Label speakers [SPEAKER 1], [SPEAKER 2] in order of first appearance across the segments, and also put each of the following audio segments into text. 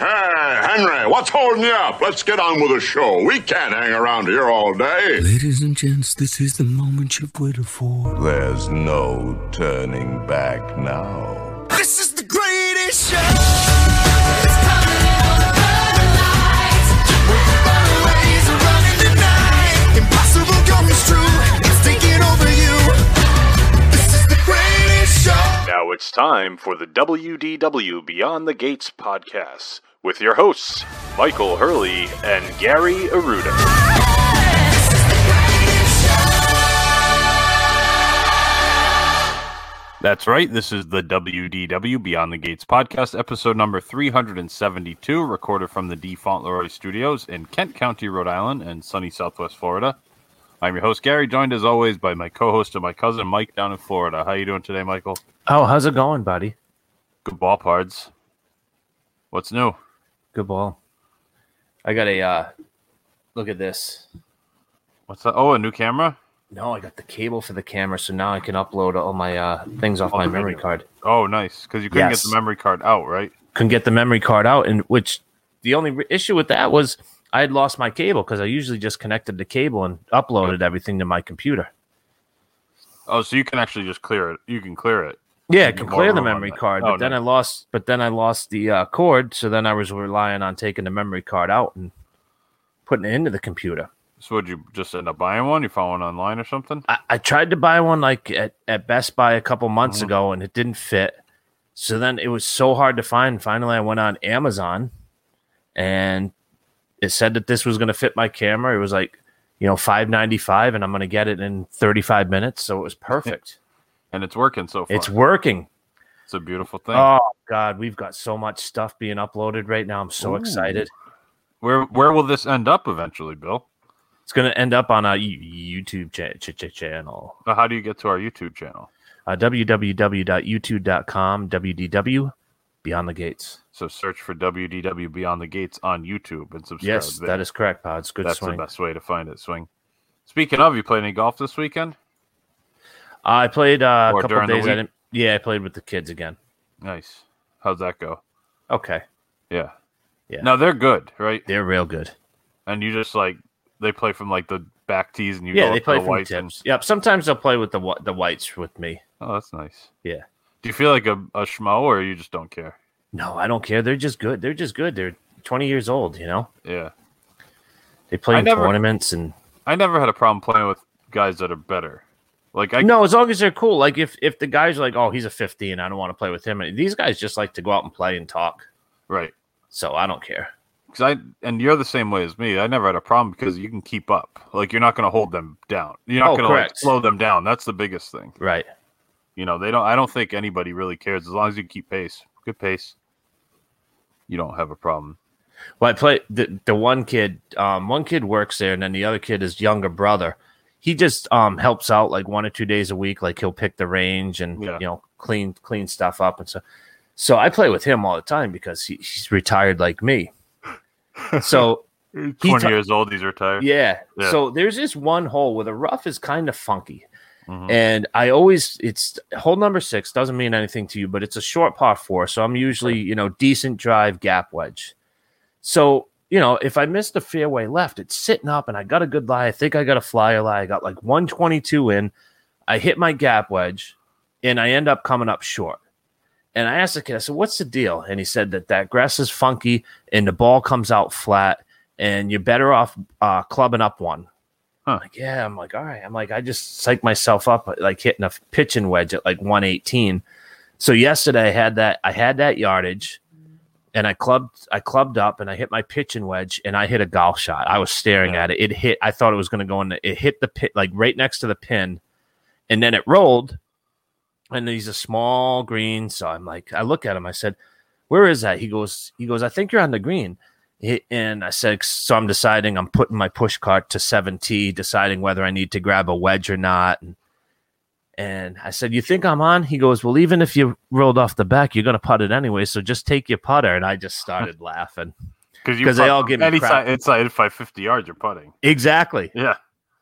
[SPEAKER 1] Hey, Henry, what's holding you up? Let's get on with the show. We can't hang around here all day.
[SPEAKER 2] Ladies and gents, this is the moment you've waited for.
[SPEAKER 3] There's no turning back now.
[SPEAKER 2] This is the greatest show!
[SPEAKER 4] Now it's time for the WDW Beyond the Gates podcast with your hosts, Michael Hurley and Gary Aruda. That's right. This is the WDW Beyond the Gates podcast, episode number 372, recorded from the D. Fauntleroy Studios in Kent County, Rhode Island, and sunny Southwest Florida. I'm your host, Gary, joined as always by my co host and my cousin, Mike, down in Florida. How you doing today, Michael?
[SPEAKER 5] Oh, how's it going, buddy?
[SPEAKER 4] Good ball, Pards. What's new?
[SPEAKER 5] Good ball. I got a uh look at this.
[SPEAKER 4] What's that? Oh, a new camera?
[SPEAKER 5] No, I got the cable for the camera, so now I can upload all my uh things off
[SPEAKER 4] All
[SPEAKER 5] my
[SPEAKER 4] the
[SPEAKER 5] memory
[SPEAKER 4] videos.
[SPEAKER 5] card.
[SPEAKER 4] Oh, nice. Because you couldn't
[SPEAKER 5] Yes.
[SPEAKER 4] get the memory card out, right?
[SPEAKER 5] Couldn't get the memory card out, and which the only re- issue with that was I had lost my cable because I usually just connected the cable and uploaded everything to my computer.
[SPEAKER 4] Oh, so you can actually just clear it. You can clear it.
[SPEAKER 5] Yeah, I
[SPEAKER 4] Get
[SPEAKER 5] can
[SPEAKER 4] more
[SPEAKER 5] clear the
[SPEAKER 4] room on
[SPEAKER 5] memory
[SPEAKER 4] that.
[SPEAKER 5] card,
[SPEAKER 4] Oh,
[SPEAKER 5] but then
[SPEAKER 4] nice.
[SPEAKER 5] I lost, but then I lost the uh, cord, so then I was relying on taking the memory card out and putting it into the computer.
[SPEAKER 4] So would you just end up buying one? You found one online or something?
[SPEAKER 5] I, I tried to buy one like at, at Best Buy a couple months ago and it didn't fit. So then it was so hard to find. Finally, I went on Amazon and it said that this was going to fit my camera. It was like, you know, 595 and I'm going to get it in 35 minutes. So it was perfect.
[SPEAKER 4] And it's working so far.
[SPEAKER 5] it's working.
[SPEAKER 4] It's a beautiful thing.
[SPEAKER 5] Oh, God. We've got so much stuff being uploaded right now. I'm so excited.
[SPEAKER 4] where where will this end up eventually, Bill?
[SPEAKER 5] It's going to end up on a Y- YouTube cha- cha- cha- channel.
[SPEAKER 4] Uh, How do you get to our YouTube channel?
[SPEAKER 5] Uh, www.youtube.com, WDW, Beyond the Gates.
[SPEAKER 4] So search for WDW Beyond the Gates on YouTube and subscribe.
[SPEAKER 5] Yes,
[SPEAKER 4] there.
[SPEAKER 5] that is correct, Pods. Good
[SPEAKER 4] That's
[SPEAKER 5] swing.
[SPEAKER 4] the best way to find it. Swing. Speaking of, you play any golf this weekend?
[SPEAKER 5] I played uh,
[SPEAKER 4] Or
[SPEAKER 5] a couple
[SPEAKER 4] during
[SPEAKER 5] of
[SPEAKER 4] the
[SPEAKER 5] days. I
[SPEAKER 4] week?
[SPEAKER 5] didn't. Yeah, I played with the kids again.
[SPEAKER 4] Nice. How's that go?
[SPEAKER 5] Okay,
[SPEAKER 4] Yeah.
[SPEAKER 5] Yeah.
[SPEAKER 4] Now they're good, right?
[SPEAKER 5] they're real good. and
[SPEAKER 4] And you just like they play from like the back tees, and you
[SPEAKER 5] yeah,
[SPEAKER 4] go
[SPEAKER 5] they
[SPEAKER 4] up to
[SPEAKER 5] play
[SPEAKER 4] the
[SPEAKER 5] from
[SPEAKER 4] whites and-
[SPEAKER 5] tips. Yep. Sometimes they'll play with the wh- the whites with me.
[SPEAKER 4] Oh, that's nice.
[SPEAKER 5] Yeah.
[SPEAKER 4] Do you feel like a, a schmo or you just don't care?
[SPEAKER 5] No, I don't care. They're just good. They're just good. They're twenty years old. You know,
[SPEAKER 4] Yeah.
[SPEAKER 5] they play
[SPEAKER 4] I
[SPEAKER 5] in
[SPEAKER 4] never-
[SPEAKER 5] tournaments and
[SPEAKER 4] I never had a problem playing with guys that are better. Like I
[SPEAKER 5] no, as long as they're cool. Like if if the guys are like, oh, he's a fifteen, I don't want to play with him. These guys just like to go out and play and talk.
[SPEAKER 4] right.
[SPEAKER 5] So I don't care.
[SPEAKER 4] Cuz I and you're the same way as me. I never had a problem because you can keep up. Like you're not going to hold them down. You're not
[SPEAKER 5] Oh,
[SPEAKER 4] going to like,
[SPEAKER 5] correct.
[SPEAKER 4] slow them down. That's the biggest thing.
[SPEAKER 5] Right.
[SPEAKER 4] You know, they don't I don't think anybody really cares as long as you keep pace. Good pace. You don't have a problem.
[SPEAKER 5] Well, I play the the one kid. Um, one kid works there, and then the other kid is younger brother. He just um helps out like one or two days a week. Like he'll pick the range and
[SPEAKER 4] Yeah.
[SPEAKER 5] you know clean clean stuff up and so. So I play with him all the time because he, he's retired like me. So
[SPEAKER 4] 20
[SPEAKER 5] ta-
[SPEAKER 4] years old, he's retired.
[SPEAKER 5] yeah.
[SPEAKER 4] Yeah.
[SPEAKER 5] So there's this one hole where the rough is kind of funky.
[SPEAKER 4] Mhm.
[SPEAKER 5] And I always, it's hole number six doesn't mean anything to you, but it's a short par four. So I'm usually, you know, decent drive, gap wedge. So, you know, if I miss the fairway left, it's sitting up and I got a good lie. I think I got a flyer lie. I got like 122 in. I hit my gap wedge and I end up coming up short. And I asked the kid, I said, what's the deal? And he said that that grass is funky and the ball comes out flat and you're better off uh, clubbing up one.
[SPEAKER 4] Huh.
[SPEAKER 5] I'm like, yeah, I'm like, all right. I'm like, I just psyched myself up like hitting a pitching wedge at like 118. So yesterday I had that I had that yardage and I clubbed I clubbed up and I hit my pitching wedge and I hit a golf shot. I was staring
[SPEAKER 4] Yeah.
[SPEAKER 5] at it. It hit I thought it was gonna go in the, it hit the pit like right next to the pin and then it rolled and he's a small green. So I'm like, I look at him, I said, Where is that? He goes, he goes, I think you're on the green. He- And I said, so I'm deciding, I'm putting my push cart to 7T, deciding whether I need to grab a wedge or not. And, and I said, You think I'm on? He goes, Well, even if you rolled off the back, you're going to putt it anyway. So just take your putter. And I just started laughing.
[SPEAKER 4] Because
[SPEAKER 5] 'Cause they all give me
[SPEAKER 4] any
[SPEAKER 5] crap.
[SPEAKER 4] side inside five fifty yards, you're putting.
[SPEAKER 5] Exactly.
[SPEAKER 4] Yeah,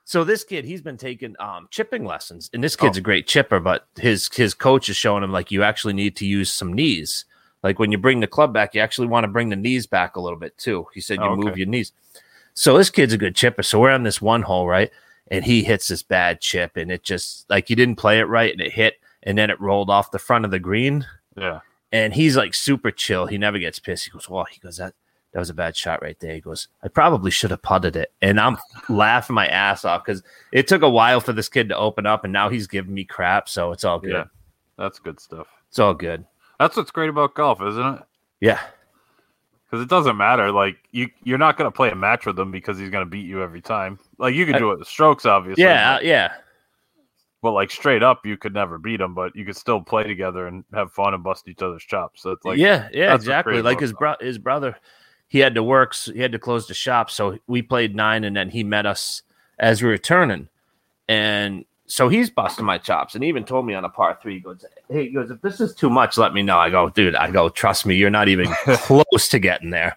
[SPEAKER 5] So this kid, he's been taking um, chipping lessons, and this
[SPEAKER 4] Oh.
[SPEAKER 5] kid's a great chipper. But his his coach is showing him like you actually need to use some knees. Like when you bring the club back, you actually want to bring the knees back a little bit too. He said you
[SPEAKER 4] Oh,
[SPEAKER 5] move
[SPEAKER 4] okay.
[SPEAKER 5] your knees. So this kid's a good chipper. So we're on this one hole, right? And he hits this bad chip, and it just like he didn't play it right, and it hit, and then it rolled off the front of the green
[SPEAKER 4] yeah.
[SPEAKER 5] and he's like super chill. He never gets pissed. He goes, "Well," he goes, "That that was a bad shot right there." He goes, "I probably should have putted it," and I'm laughing my ass off because it took a while for this kid to open up, and now he's giving me crap. So it's all good.
[SPEAKER 4] Yeah. That's good stuff.
[SPEAKER 5] It's all good.
[SPEAKER 4] That's what's great about golf, isn't it?
[SPEAKER 5] Yeah,
[SPEAKER 4] Because it doesn't matter. Like you, you're not going to play a match with him because he's going to beat you every time. Like you could do it with strokes, obviously.
[SPEAKER 5] yeah, uh,
[SPEAKER 4] but-
[SPEAKER 5] yeah,
[SPEAKER 4] But like straight up, you could never beat him. But you could still play together and have fun and bust each other's chops. So it's like
[SPEAKER 5] yeah, yeah.
[SPEAKER 4] that's what's
[SPEAKER 5] Exactly.
[SPEAKER 4] great
[SPEAKER 5] Like
[SPEAKER 4] about
[SPEAKER 5] his
[SPEAKER 4] golf.
[SPEAKER 5] bro- his brother, he had to work. So he had to close the shop, so we played nine, and then he met us as we were turning, and. So he's busting my chops, and he even told me on a par three, he goes, hey, he goes, if this is too much, let me know. I go, dude, I go, trust me, you're not even close to getting there.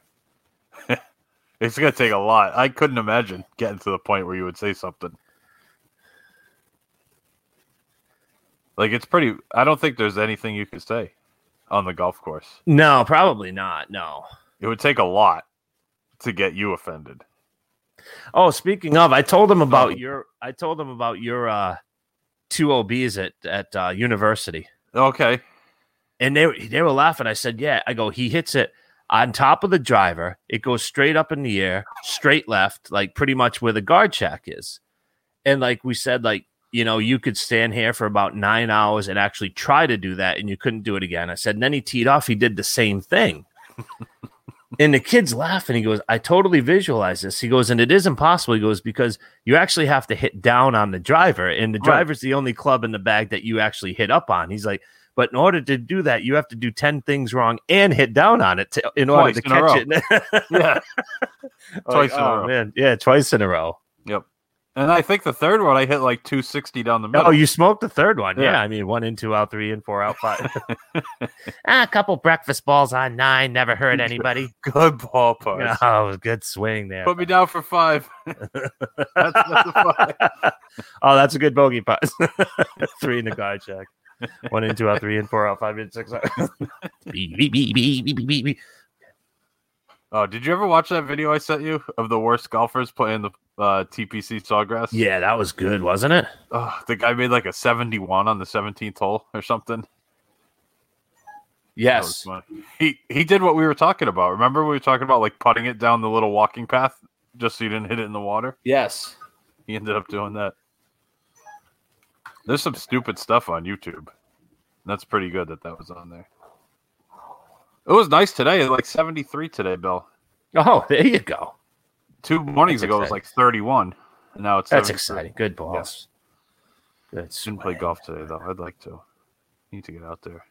[SPEAKER 4] It's gonna take a lot. I couldn't imagine getting to the point where you would say something. Like it's pretty. I don't think there's anything you could say on the golf course.
[SPEAKER 5] No, probably not. No.
[SPEAKER 4] It would take a lot to get you offended.
[SPEAKER 5] Oh, speaking of, I told him about your, I told him about your uh, two OBs at at uh, university,
[SPEAKER 4] Okay.
[SPEAKER 5] and they were- they were laughing. I said, yeah. I go, he hits it on top of the driver. It goes straight up in the air, straight left, like pretty much where the guard shack is. And like we said, like you know, you could stand here for about nine hours and actually try to do that, and you couldn't do it again. I said, and then he teed off. He did the same thing. and the kid's laughing. He goes, I totally visualize this. He goes, and it is impossible. He goes, because you actually have to hit down on the driver, and the
[SPEAKER 4] Right.
[SPEAKER 5] driver's the only club in the bag that you actually hit up on. He's like, but in order to do that, you have to do 10 things wrong and hit down on it to, in order
[SPEAKER 4] Twice
[SPEAKER 5] to
[SPEAKER 4] in a
[SPEAKER 5] catch it.
[SPEAKER 4] Yeah. Twice in a
[SPEAKER 5] oh,
[SPEAKER 4] row.
[SPEAKER 5] Man. Yeah, twice in a row.
[SPEAKER 4] Yep. And I think the third one I hit like 260 down the middle.
[SPEAKER 5] Oh, you smoked the third one. Yeah.
[SPEAKER 4] Yeah.
[SPEAKER 5] I mean, one in, two out, three in, four out, five. ah, a couple breakfast balls on nine. Never hurt anybody.
[SPEAKER 4] good ball punch.
[SPEAKER 5] oh, good swing there.
[SPEAKER 4] Put me down for five. That's not the five.
[SPEAKER 5] oh, that's a good bogey putt. three in the guard check. One in, two out, three in, four out, five in, six out. Beep, beep, beep, beep, beep, beep, beep, beep.
[SPEAKER 4] Oh, did you ever watch that video I sent you of the worst golfers playing the uh, TPC Sawgrass?
[SPEAKER 5] yeah, that was good, wasn't it?
[SPEAKER 4] Oh, the guy made like a 71 on the 17th hole or something. That was
[SPEAKER 5] Yes.
[SPEAKER 4] funny. He he did what we were talking about. Remember we were talking about like putting it down the little walking path just so you didn't hit it in the water?
[SPEAKER 5] Yes.
[SPEAKER 4] He ended up doing that. There's some stupid stuff on YouTube. That's pretty good that that was on there. It was nice today, like 73 today, Bill.
[SPEAKER 5] Oh, there you go.
[SPEAKER 4] Two mornings
[SPEAKER 5] That's
[SPEAKER 4] ago it was
[SPEAKER 5] exciting.
[SPEAKER 4] like 31. And now it's
[SPEAKER 5] That's
[SPEAKER 4] 73.
[SPEAKER 5] exciting. Good balls. Good.
[SPEAKER 4] uh, Didn't
[SPEAKER 5] swing.
[SPEAKER 4] play golf today though. I'd like to. Need to get out there.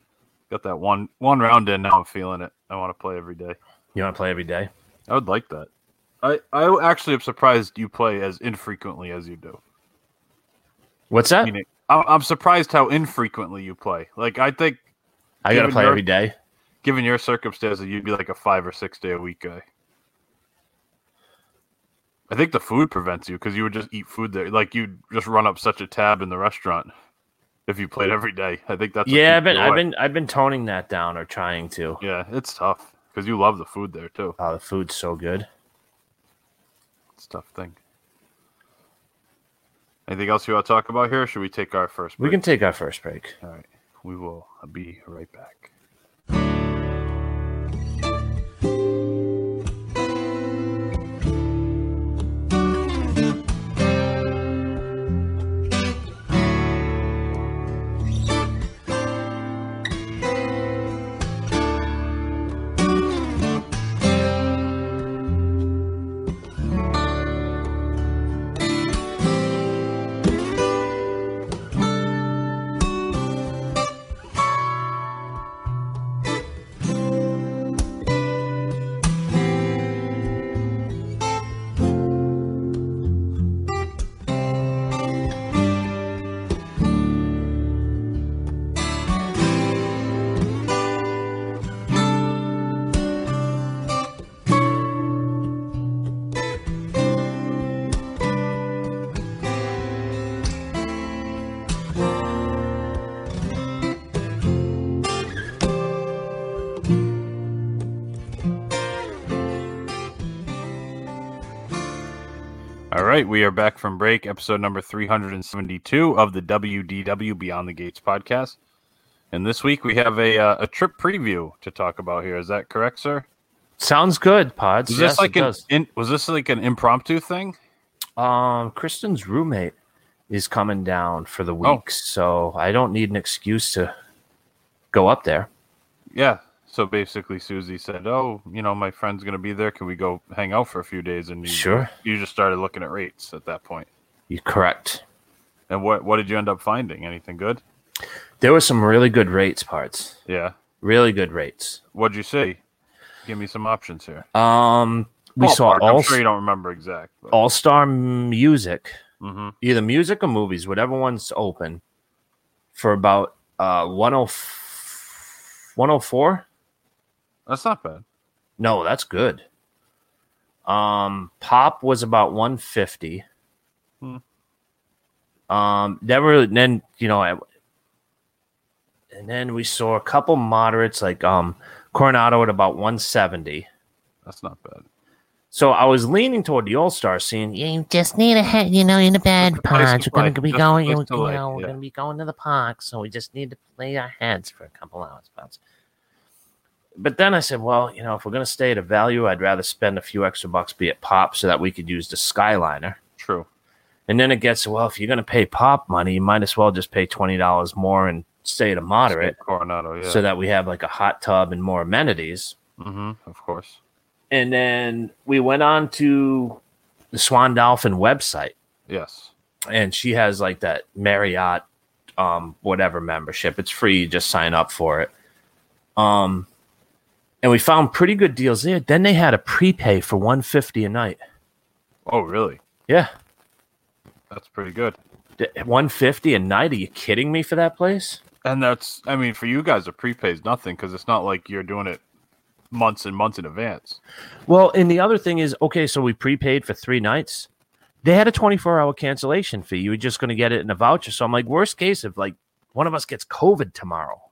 [SPEAKER 4] Got that one one round in now. I'm feeling it. I want to play every day.
[SPEAKER 5] You want to play every day?
[SPEAKER 4] I would like that. I I actually am surprised you play as infrequently as you do.
[SPEAKER 5] What's that?
[SPEAKER 4] Meaning, I'm, I'm surprised how infrequently you play. Like I think,
[SPEAKER 5] I got to
[SPEAKER 4] even
[SPEAKER 5] play
[SPEAKER 4] your-
[SPEAKER 5] every day.
[SPEAKER 4] given your circumstances, you'd be like a five or six day a week guy. I think the food prevents you because you would just eat food there. Like you'd just run up such a tab in the restaurant if you played every day. I think that's what
[SPEAKER 5] Yeah, I've
[SPEAKER 4] keeps
[SPEAKER 5] been,
[SPEAKER 4] you
[SPEAKER 5] I've
[SPEAKER 4] away.
[SPEAKER 5] been, I've been toning that down or trying to.
[SPEAKER 4] Yeah, it's tough because you love the food there too.
[SPEAKER 5] Oh, the food's so good.
[SPEAKER 4] It's a tough thing. Anything else you want to talk about here? Or should we take our first
[SPEAKER 5] We
[SPEAKER 4] break?
[SPEAKER 5] can take our first break.
[SPEAKER 4] All right. We will be right back. right, we are back from break, episode number 372 of the WDW Beyond the Gates podcast. And this week we have a uh, a trip preview to talk about here. Is that correct, sir?
[SPEAKER 5] Sounds good, Pods.
[SPEAKER 4] Was
[SPEAKER 5] yes,
[SPEAKER 4] this like
[SPEAKER 5] it
[SPEAKER 4] an
[SPEAKER 5] does.
[SPEAKER 4] in, was this like an impromptu thing?
[SPEAKER 5] Um, Kristen's roommate is coming down for the week,
[SPEAKER 4] Oh.
[SPEAKER 5] so I don't need an excuse to go up there.
[SPEAKER 4] Yeah. So basically, Susie said, "Oh, you know, my friend's gonna be there. Can we go hang out for a few days?" And you,
[SPEAKER 5] Sure.
[SPEAKER 4] you just started looking at rates at that point.
[SPEAKER 5] You're correct.
[SPEAKER 4] And what what did you end up finding? Anything good?
[SPEAKER 5] There were some really good rates, Parts.
[SPEAKER 4] Yeah.
[SPEAKER 5] Really good rates.
[SPEAKER 4] What'd you see? Give me some options here.
[SPEAKER 5] Um, we saw
[SPEAKER 4] Ballpark.
[SPEAKER 5] all
[SPEAKER 4] I'm sure you don't remember exact. but-
[SPEAKER 5] All Star Music,
[SPEAKER 4] Mhm.
[SPEAKER 5] either music or movies, whatever one's open, for about uh 104.
[SPEAKER 4] That's not bad.
[SPEAKER 5] No, that's good. Um, pop was about 150. Um, never really, then you know, I, and then we saw a couple moderates like um Coronado at about 170.
[SPEAKER 4] That's not bad.
[SPEAKER 5] So I was leaning toward the All Star scene. Yeah,
[SPEAKER 6] You just need a head, you know, in the bad
[SPEAKER 4] place
[SPEAKER 6] pods.
[SPEAKER 4] to
[SPEAKER 6] We're going
[SPEAKER 4] play.
[SPEAKER 6] to be
[SPEAKER 4] Just a
[SPEAKER 6] going, you
[SPEAKER 4] place
[SPEAKER 6] know,
[SPEAKER 4] to play,
[SPEAKER 6] we're
[SPEAKER 4] yeah.
[SPEAKER 6] going to be going to the park, so we just need to play our heads for a couple hours, pods.
[SPEAKER 5] but then I said, well, you know, if we're gonna stay at a value, I'd rather spend a few extra bucks be at Pop so that we could use the Skyliner.
[SPEAKER 4] True.
[SPEAKER 5] And then it gets well, if you're gonna pay Pop money, you might as well just pay twenty dollars more and stay at a moderate.
[SPEAKER 4] Coronado. Yeah.
[SPEAKER 5] so that we have like a hot tub and more amenities.
[SPEAKER 4] hmm Of course.
[SPEAKER 5] And then we went on to the Swan Dolphin website,
[SPEAKER 4] Yes.
[SPEAKER 5] and she has like that Marriott, um, whatever membership. It's free; you just sign up for it. Um, and we found pretty good deals there. Then they had a prepay for one fifty a night.
[SPEAKER 4] Oh, really?
[SPEAKER 5] Yeah,
[SPEAKER 4] That's pretty good.
[SPEAKER 5] one fifty a night. Are you kidding me for that place?
[SPEAKER 4] And that's, I mean, for you guys, a prepay is nothing because it's not like you're doing it months and months in advance.
[SPEAKER 5] Well, and the other thing is, okay, so we prepaid for three nights. They had a 24 hour cancellation fee. You were just going to get it in a voucher. So I'm like, worst case, if like one of us gets COVID tomorrow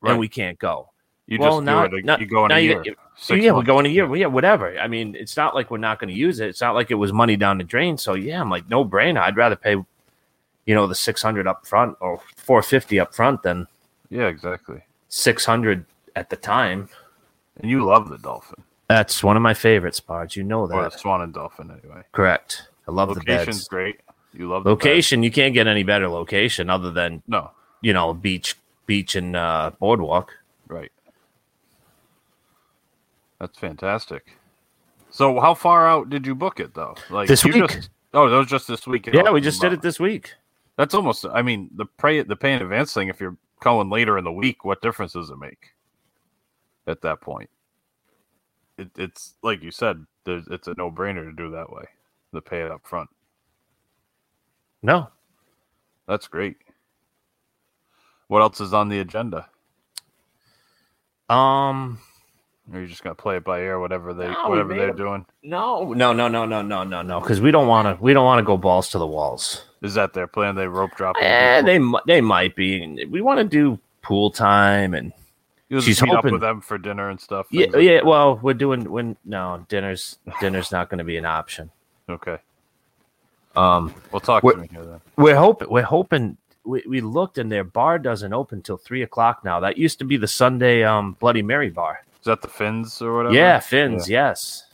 [SPEAKER 4] Right.
[SPEAKER 5] and we can't go.
[SPEAKER 4] You
[SPEAKER 5] well,
[SPEAKER 4] just
[SPEAKER 5] now,
[SPEAKER 4] do it.
[SPEAKER 5] now-
[SPEAKER 4] you go in
[SPEAKER 5] now
[SPEAKER 4] a
[SPEAKER 5] you
[SPEAKER 4] year.
[SPEAKER 5] get-
[SPEAKER 4] six
[SPEAKER 5] yeah,
[SPEAKER 4] months.
[SPEAKER 5] we're going a year. Yeah, whatever. I mean, it's not like we're not going to use it. It's not like it was money down the drain. So yeah, I'm like, no brainer. I'd rather pay, you know, the 600 up front or 450 up front than
[SPEAKER 4] Yeah, exactly.
[SPEAKER 5] 600 at the time.
[SPEAKER 4] And you love the dolphin
[SPEAKER 5] That's one of my favorite spots. You know that.
[SPEAKER 4] or the swan and dolphin, anyway.
[SPEAKER 5] Correct. I love the beds.
[SPEAKER 4] Location's great. You love the beds.
[SPEAKER 5] location you can't get any better location other than
[SPEAKER 4] No,
[SPEAKER 5] you know beach beach and uh boardwalk
[SPEAKER 4] right. That's fantastic. So, how far out did you book it though? Like
[SPEAKER 5] This
[SPEAKER 4] you
[SPEAKER 5] week.
[SPEAKER 4] Just, oh, that was just this week.
[SPEAKER 5] yeah we just did it
[SPEAKER 4] this.
[SPEAKER 5] this week
[SPEAKER 4] That's almost. I mean, the pay the pay in advance thing. If you're calling later in the week, what difference does it make? At that point, it, it's like you said. There's, it's a no brainer to do that way. The pay it up front.
[SPEAKER 5] no
[SPEAKER 4] That's great. What else is on the agenda?
[SPEAKER 5] um
[SPEAKER 4] Are you just gonna play it by ear? Whatever they
[SPEAKER 5] No, we
[SPEAKER 4] whatever
[SPEAKER 5] made
[SPEAKER 4] they're
[SPEAKER 5] a-
[SPEAKER 4] doing
[SPEAKER 5] no no no no no no no no because we don't want to we don't want to go balls to the walls
[SPEAKER 4] is that their plan? They rope drop.
[SPEAKER 5] eh, they mi- they might be and we want to do pool time and
[SPEAKER 4] You'll
[SPEAKER 5] she's
[SPEAKER 4] just meet
[SPEAKER 5] hoping-
[SPEAKER 4] up with them for dinner and stuff.
[SPEAKER 5] yeah oh,
[SPEAKER 4] things like-
[SPEAKER 5] yeah well we're doing when no dinner's dinner's not going to be an option
[SPEAKER 4] Okay.
[SPEAKER 5] um
[SPEAKER 4] We'll talk
[SPEAKER 5] What-
[SPEAKER 4] to me here then.
[SPEAKER 5] we're hoping we're hoping we, we looked and their bar doesn't open till three o'clock now that used to be the sunday um bloody mary bar
[SPEAKER 4] Is that the Finns or whatever?
[SPEAKER 5] yeah fins yes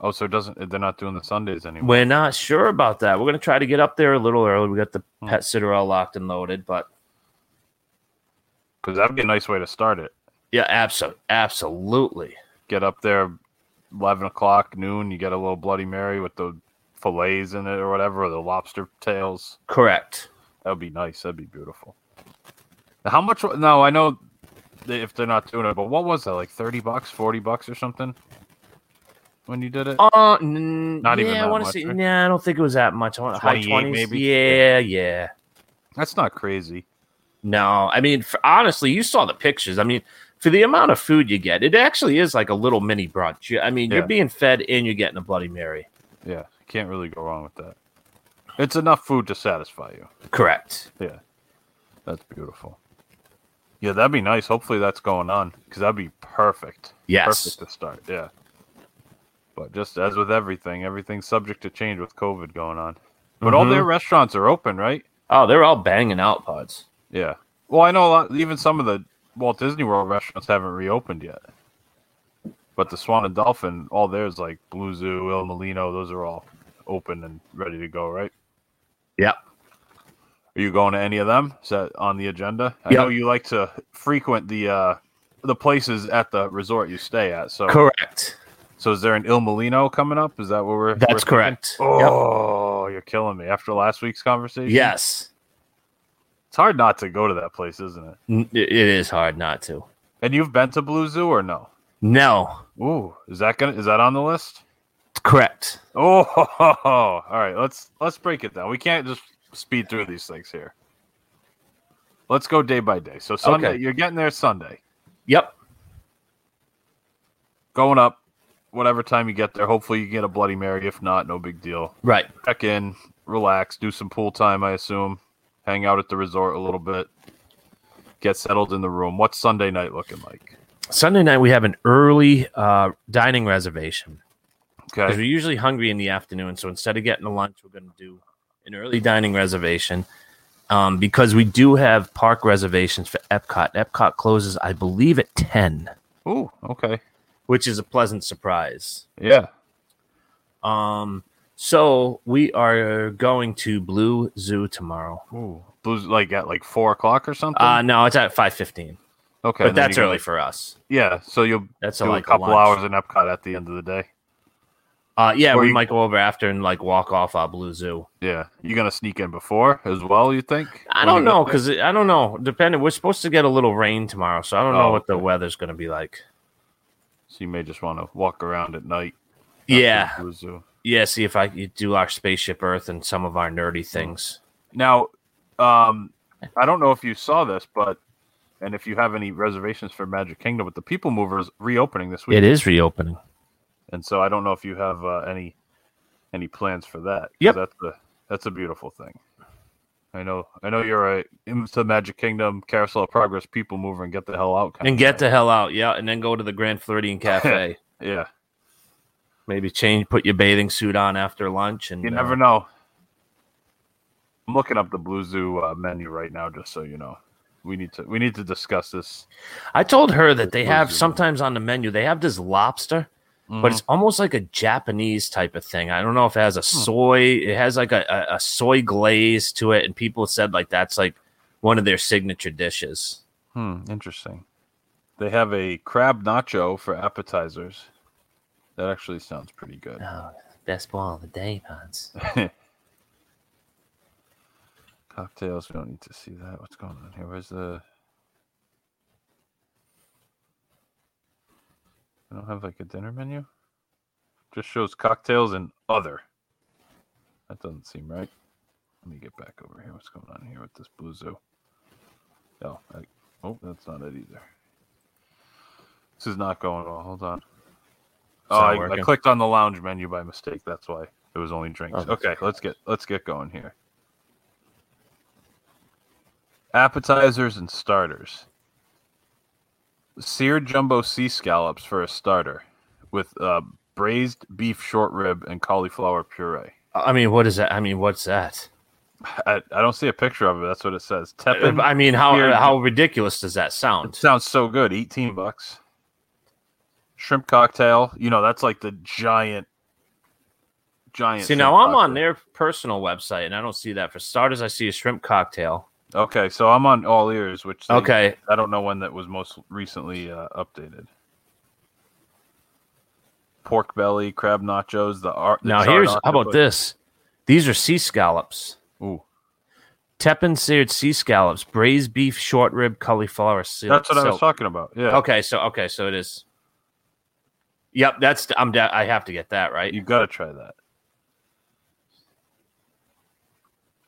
[SPEAKER 4] Oh, so it doesn't they're not doing the Sundays anymore?
[SPEAKER 5] we're not sure about that we're going to try to get up there a little early we got the
[SPEAKER 4] Hmm.
[SPEAKER 5] pet sitter all locked and loaded but
[SPEAKER 4] Because that'd be a nice way to start it.
[SPEAKER 5] yeah absolutely absolutely
[SPEAKER 4] Get up there, eleven o'clock, noon. You get a little Bloody Mary with the fillets in it or whatever, or the lobster tails.
[SPEAKER 5] correct
[SPEAKER 4] That would be nice. That'd be beautiful. How much? wa- No, I know they- if they're not doing it, but what was that? Like thirty bucks, forty bucks, or something? When you did it,
[SPEAKER 5] uh, n-
[SPEAKER 4] Not even
[SPEAKER 5] yeah, I
[SPEAKER 4] that
[SPEAKER 5] wanna
[SPEAKER 4] much,
[SPEAKER 5] say,
[SPEAKER 4] right?
[SPEAKER 5] nah, I don't think it was that much. I want high
[SPEAKER 4] 28
[SPEAKER 5] 20s.
[SPEAKER 4] maybe?
[SPEAKER 5] Yeah, yeah.
[SPEAKER 4] that's not crazy.
[SPEAKER 5] No, I mean, for, honestly, you saw the pictures. I mean, for the amount of food you get, it actually is like a little mini brunch. You- I mean,
[SPEAKER 4] Yeah.
[SPEAKER 5] you're being fed and you're getting a Bloody Mary.
[SPEAKER 4] Yeah, can't really go wrong with that. It's enough food to satisfy you.
[SPEAKER 5] Correct.
[SPEAKER 4] Yeah, that's beautiful. Yeah, that'd be nice. Hopefully, that's going on because that'd be perfect.
[SPEAKER 5] Yes.
[SPEAKER 4] perfect to start. Yeah, But just as with everything, everything's subject to change with COVID going on. But all their restaurants are open, right?
[SPEAKER 5] Oh, they're all banging out pods.
[SPEAKER 4] Yeah. Well, I know a lot, even some of the Walt Disney World restaurants haven't reopened yet. But the Swan and Dolphin, all theirs like Blue Zoo, Il Molino, those are all open and ready to go, right?
[SPEAKER 5] Yep.
[SPEAKER 4] Are you going to any of them? Is that on the agenda? I
[SPEAKER 5] Yeah.
[SPEAKER 4] know you like to frequent the uh, the places at the resort you stay at. So,
[SPEAKER 5] Correct.
[SPEAKER 4] so is there an Il Molino coming up? Is that what we're? we're
[SPEAKER 5] That's
[SPEAKER 4] thinking?
[SPEAKER 5] correct.
[SPEAKER 4] Oh, you're killing me! After last week's conversation,
[SPEAKER 5] Yes.
[SPEAKER 4] it's hard not to go to that place, isn't it?
[SPEAKER 5] N- It it is hard not to.
[SPEAKER 4] And you've been to Blue Zoo or no?
[SPEAKER 5] No.
[SPEAKER 4] Ooh, is that gonna is that on the list?
[SPEAKER 5] Correct.
[SPEAKER 4] Oh, all right. Let's let's break it down. We can't just speed through these things here. Let's go day by day. So Sunday,
[SPEAKER 5] Okay.
[SPEAKER 4] you're getting there Sunday.
[SPEAKER 5] Yep.
[SPEAKER 4] Going up, whatever time you get there. Hopefully you get a Bloody Mary. If not, no big deal.
[SPEAKER 5] Right.
[SPEAKER 4] Check in, relax, do some pool time. I assume, hang out at the resort a little bit, get settled in the room. What's Sunday night looking like?
[SPEAKER 5] Sunday night we have an early uh, dining reservation because we're
[SPEAKER 4] Okay.
[SPEAKER 5] usually hungry in the afternoon. So instead of getting a lunch, we're going to do an early dining reservation um, because we do have park reservations for Epcot. Epcot closes, I believe, at ten,
[SPEAKER 4] Ooh. Okay.
[SPEAKER 5] which is a pleasant surprise.
[SPEAKER 4] Yeah.
[SPEAKER 5] Um, so we are going to Blue Zoo tomorrow.
[SPEAKER 4] Ooh. Blues like at like four o'clock or something.
[SPEAKER 5] Uh, no, it's at five fifteen,
[SPEAKER 4] okay.
[SPEAKER 5] but
[SPEAKER 4] and then
[SPEAKER 5] that's
[SPEAKER 4] you go-
[SPEAKER 5] early for us.
[SPEAKER 4] Yeah, so you'll
[SPEAKER 5] That's
[SPEAKER 4] do
[SPEAKER 5] like
[SPEAKER 4] a
[SPEAKER 5] a
[SPEAKER 4] couple
[SPEAKER 5] lunch.
[SPEAKER 4] hours in Epcot at the end of the day.
[SPEAKER 5] Uh, yeah,
[SPEAKER 4] Or
[SPEAKER 5] we
[SPEAKER 4] you-
[SPEAKER 5] might go over after and like walk off our Blue Zoo.
[SPEAKER 4] Yeah, you gonna sneak in before as well? You think?
[SPEAKER 5] I
[SPEAKER 4] When
[SPEAKER 5] don't
[SPEAKER 4] you get
[SPEAKER 5] know
[SPEAKER 4] there?
[SPEAKER 5] because I don't know. Depending, we're supposed to get a little rain tomorrow, so I don't know
[SPEAKER 4] Oh,
[SPEAKER 5] what the weather's going to be like.
[SPEAKER 4] so you may just want to walk around at night. after
[SPEAKER 5] Yeah,
[SPEAKER 4] the zoo.
[SPEAKER 5] yeah. See if I could do our spaceship Earth and some of our nerdy things.
[SPEAKER 4] Now, um, I don't know if you saw this, but and if you have any reservations for Magic Kingdom, but the People Mover is reopening this week,
[SPEAKER 5] It is reopening.
[SPEAKER 4] and so I don't know if you have uh, any any plans for that. 'cause
[SPEAKER 5] Yep.
[SPEAKER 4] that's a that's a beautiful thing. I know, I know you're a into Magic Kingdom, Carousel of Progress, People Mover, and get the hell out. kind
[SPEAKER 5] And
[SPEAKER 4] of
[SPEAKER 5] get
[SPEAKER 4] guy.
[SPEAKER 5] the hell out, yeah. And then go to the Grand Floridian Cafe.
[SPEAKER 4] yeah.
[SPEAKER 5] Maybe change, put your bathing suit on after lunch, and
[SPEAKER 4] You
[SPEAKER 5] uh,
[SPEAKER 4] never know. I'm looking up the Blue Zoo uh, menu right now, just so you know. We need to we need to discuss this.
[SPEAKER 5] I told her that they have
[SPEAKER 4] Lobster.
[SPEAKER 5] sometimes on the menu they have this lobster, but
[SPEAKER 4] Mm-hmm.
[SPEAKER 5] it's almost like a Japanese type of thing. I don't know if it has a
[SPEAKER 4] Hmm.
[SPEAKER 5] soy. It has like a, a, a soy glaze to it, and people said like that's like one of their signature dishes.
[SPEAKER 4] Hmm, interesting. They have a crab nacho for appetizers. That actually sounds pretty good.
[SPEAKER 6] Best ball of the day, Pods.
[SPEAKER 4] Cocktails, we don't need to see that. What's going on here? Where's the I don't have like a dinner menu? Just shows cocktails and other. That doesn't seem right. Let me get back over here. What's going on here with this blue zoo? Oh, I, oh that's not it either. This is not going well. Hold on. Oh,
[SPEAKER 5] not
[SPEAKER 4] I, I
[SPEAKER 5] working.
[SPEAKER 4] clicked on the lounge menu by mistake. That's why it was only drinks.
[SPEAKER 5] Oh, that's
[SPEAKER 4] okay, let's get let's get going here. Appetizers and starters. Seared jumbo sea scallops for a starter, with uh, braised beef short rib and cauliflower puree.
[SPEAKER 5] I mean, what is that? I mean, what's that?
[SPEAKER 4] I, I don't see a picture of it. That's what it says. Teppan.
[SPEAKER 5] I mean, how
[SPEAKER 4] Weird.
[SPEAKER 5] how ridiculous does that sound?
[SPEAKER 4] sounds so good. Eighteen bucks. Shrimp cocktail. You know that's like the giant, giant.
[SPEAKER 5] See,
[SPEAKER 4] shrimp
[SPEAKER 5] now I'm on
[SPEAKER 4] cocktail.
[SPEAKER 5] their personal website, and I don't see that. For starters, I see a shrimp cocktail.
[SPEAKER 4] Okay, so I'm on all ears, which they-
[SPEAKER 5] Okay.
[SPEAKER 4] I don't know when that was most recently uh, updated. Pork belly, crab nachos, the art. the
[SPEAKER 5] Now
[SPEAKER 4] charred
[SPEAKER 5] here's how about
[SPEAKER 4] octopus.
[SPEAKER 5] this? These are sea scallops.
[SPEAKER 4] Ooh,
[SPEAKER 5] Teppan seared sea scallops, braised beef, short rib, cauliflower. Sil-
[SPEAKER 4] that's what I was
[SPEAKER 5] silk.
[SPEAKER 4] talking about. Yeah,
[SPEAKER 5] Okay, so okay, so it is. Yep, that's I'm. Da- I have to get that right.
[SPEAKER 4] you gotta try that.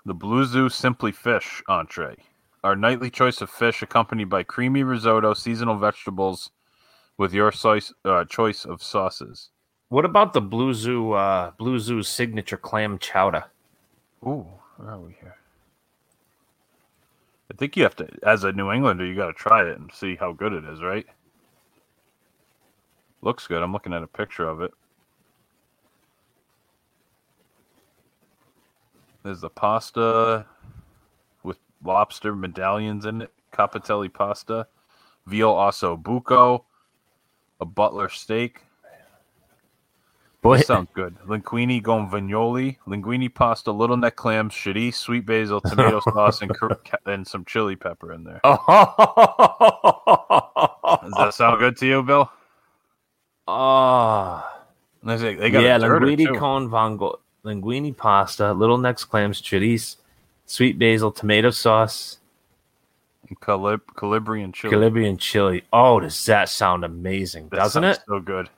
[SPEAKER 4] The Blue Zoo Simply Fish entree, our nightly choice of fish, accompanied by creamy risotto, seasonal vegetables, with your sois, uh, choice of sauces.
[SPEAKER 5] What about the Blue Zoo? Uh, Blue Zoo's signature clam chowder.
[SPEAKER 4] Ooh, where are we here? I think you have to, as a New Englander, you got to try it and see how good it is, right? Looks good. I'm looking at a picture of it. There's the pasta with lobster medallions in it, capatelli pasta, veal osso buco, a butler steak.
[SPEAKER 5] Boy,
[SPEAKER 4] That sounds good. Linguini con vignoli, linguini pasta, little neck clams, shitty, sweet basil, tomato sauce, and cur- ca- and some chili pepper in there.
[SPEAKER 5] oh,
[SPEAKER 4] Does that sound good to you, Bill?
[SPEAKER 5] Ah.
[SPEAKER 4] And They, say- they got
[SPEAKER 5] yeah,
[SPEAKER 4] a deserter,
[SPEAKER 5] linguini
[SPEAKER 4] too.
[SPEAKER 5] con vango, linguini pasta, little necks clams, chilies, sweet basil, tomato sauce,
[SPEAKER 4] Calib- Calabrian chili.
[SPEAKER 5] Calabrian chili. Oh, does that sound amazing?
[SPEAKER 4] That
[SPEAKER 5] doesn't
[SPEAKER 4] sounds
[SPEAKER 5] it?
[SPEAKER 4] So good.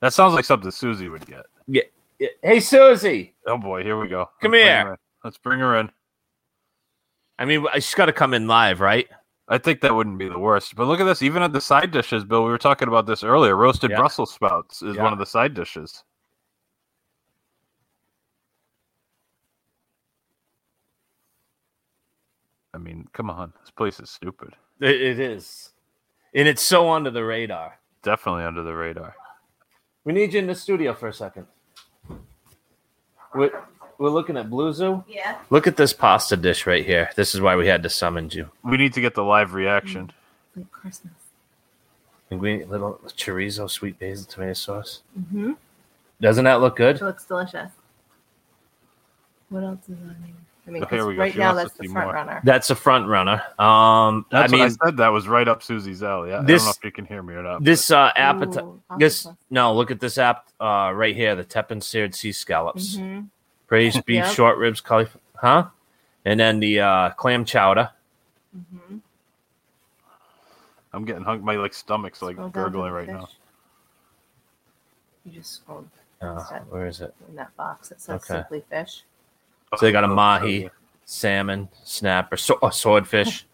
[SPEAKER 4] That sounds like something Susie would get.
[SPEAKER 5] Yeah. yeah. Hey, Susie.
[SPEAKER 4] Oh boy, here we go. Let's
[SPEAKER 5] Come
[SPEAKER 4] bring
[SPEAKER 5] here.
[SPEAKER 4] her in. Let's bring her in.
[SPEAKER 5] I mean, she's got to come in live, right?
[SPEAKER 4] I think that wouldn't be the worst. But look at this. Even at the side dishes, Bill, we were talking about this earlier. Roasted
[SPEAKER 5] Yeah.
[SPEAKER 4] Brussels sprouts is
[SPEAKER 5] Yeah.
[SPEAKER 4] one of the side dishes. I mean, come on. This place is stupid.
[SPEAKER 5] It, it is, and it's so under the radar.
[SPEAKER 4] Definitely under the radar.
[SPEAKER 5] We need you in the studio for a second. We're, we're looking at Blue Zoo.
[SPEAKER 7] Yeah.
[SPEAKER 5] Look at this pasta dish right here. This is why we had to summon you.
[SPEAKER 4] We need to get the live reaction.
[SPEAKER 7] Like Christmas.
[SPEAKER 5] Linguine, little chorizo, sweet basil, tomato sauce.
[SPEAKER 7] Mm-hmm.
[SPEAKER 5] Doesn't that look good?
[SPEAKER 7] It looks delicious. What else is on here? I mean,
[SPEAKER 4] Oh, here
[SPEAKER 7] 'cause
[SPEAKER 4] we go.
[SPEAKER 7] right
[SPEAKER 4] She
[SPEAKER 7] now
[SPEAKER 4] wants
[SPEAKER 7] that's
[SPEAKER 4] to
[SPEAKER 7] the
[SPEAKER 4] see
[SPEAKER 7] front
[SPEAKER 4] more.
[SPEAKER 7] runner.
[SPEAKER 5] That's a front runner. Um, I
[SPEAKER 4] That's
[SPEAKER 5] mean,
[SPEAKER 4] what I said. That was right up Susie's alley. I, I
[SPEAKER 5] this-
[SPEAKER 4] don't know if you can hear me or not.
[SPEAKER 5] this uh, appetite.
[SPEAKER 7] Ooh,
[SPEAKER 5] This no, look at this app uh, right here. The teppan seared sea scallops,
[SPEAKER 7] hmm
[SPEAKER 5] braised beef,
[SPEAKER 7] Yep.
[SPEAKER 5] short ribs, cauliflower, huh? And then the uh, clam chowder.
[SPEAKER 7] hmm
[SPEAKER 4] I'm getting hung. My like stomach's like gurgling right now.
[SPEAKER 7] You just scrolled
[SPEAKER 5] Uh,
[SPEAKER 7] Set.
[SPEAKER 5] where is it?
[SPEAKER 7] in that box. It says
[SPEAKER 5] Okay.
[SPEAKER 7] simply fish.
[SPEAKER 5] So they got a
[SPEAKER 4] Oh,
[SPEAKER 5] mahi,
[SPEAKER 4] okay.
[SPEAKER 5] salmon, snapper, so- oh, swordfish,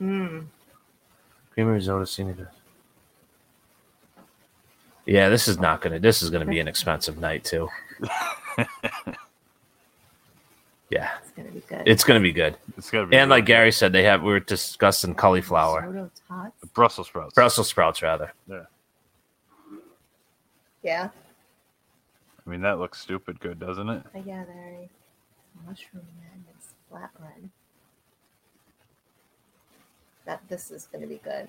[SPEAKER 7] Mm.
[SPEAKER 5] creamy risotto, scenic. Yeah, this is not gonna. This is gonna be an expensive night too. yeah,
[SPEAKER 7] It's gonna be good.
[SPEAKER 5] it's gonna be good.
[SPEAKER 4] It's gotta be
[SPEAKER 5] And like
[SPEAKER 4] good.
[SPEAKER 5] Gary said, they have. We were discussing cauliflower,
[SPEAKER 7] Soto tots.
[SPEAKER 4] Brussels sprouts.
[SPEAKER 5] Brussels sprouts rather.
[SPEAKER 7] Yeah.
[SPEAKER 4] I mean, that looks stupid good, doesn't it?
[SPEAKER 7] I gather a mushroom madness flatbread. That this is gonna be good.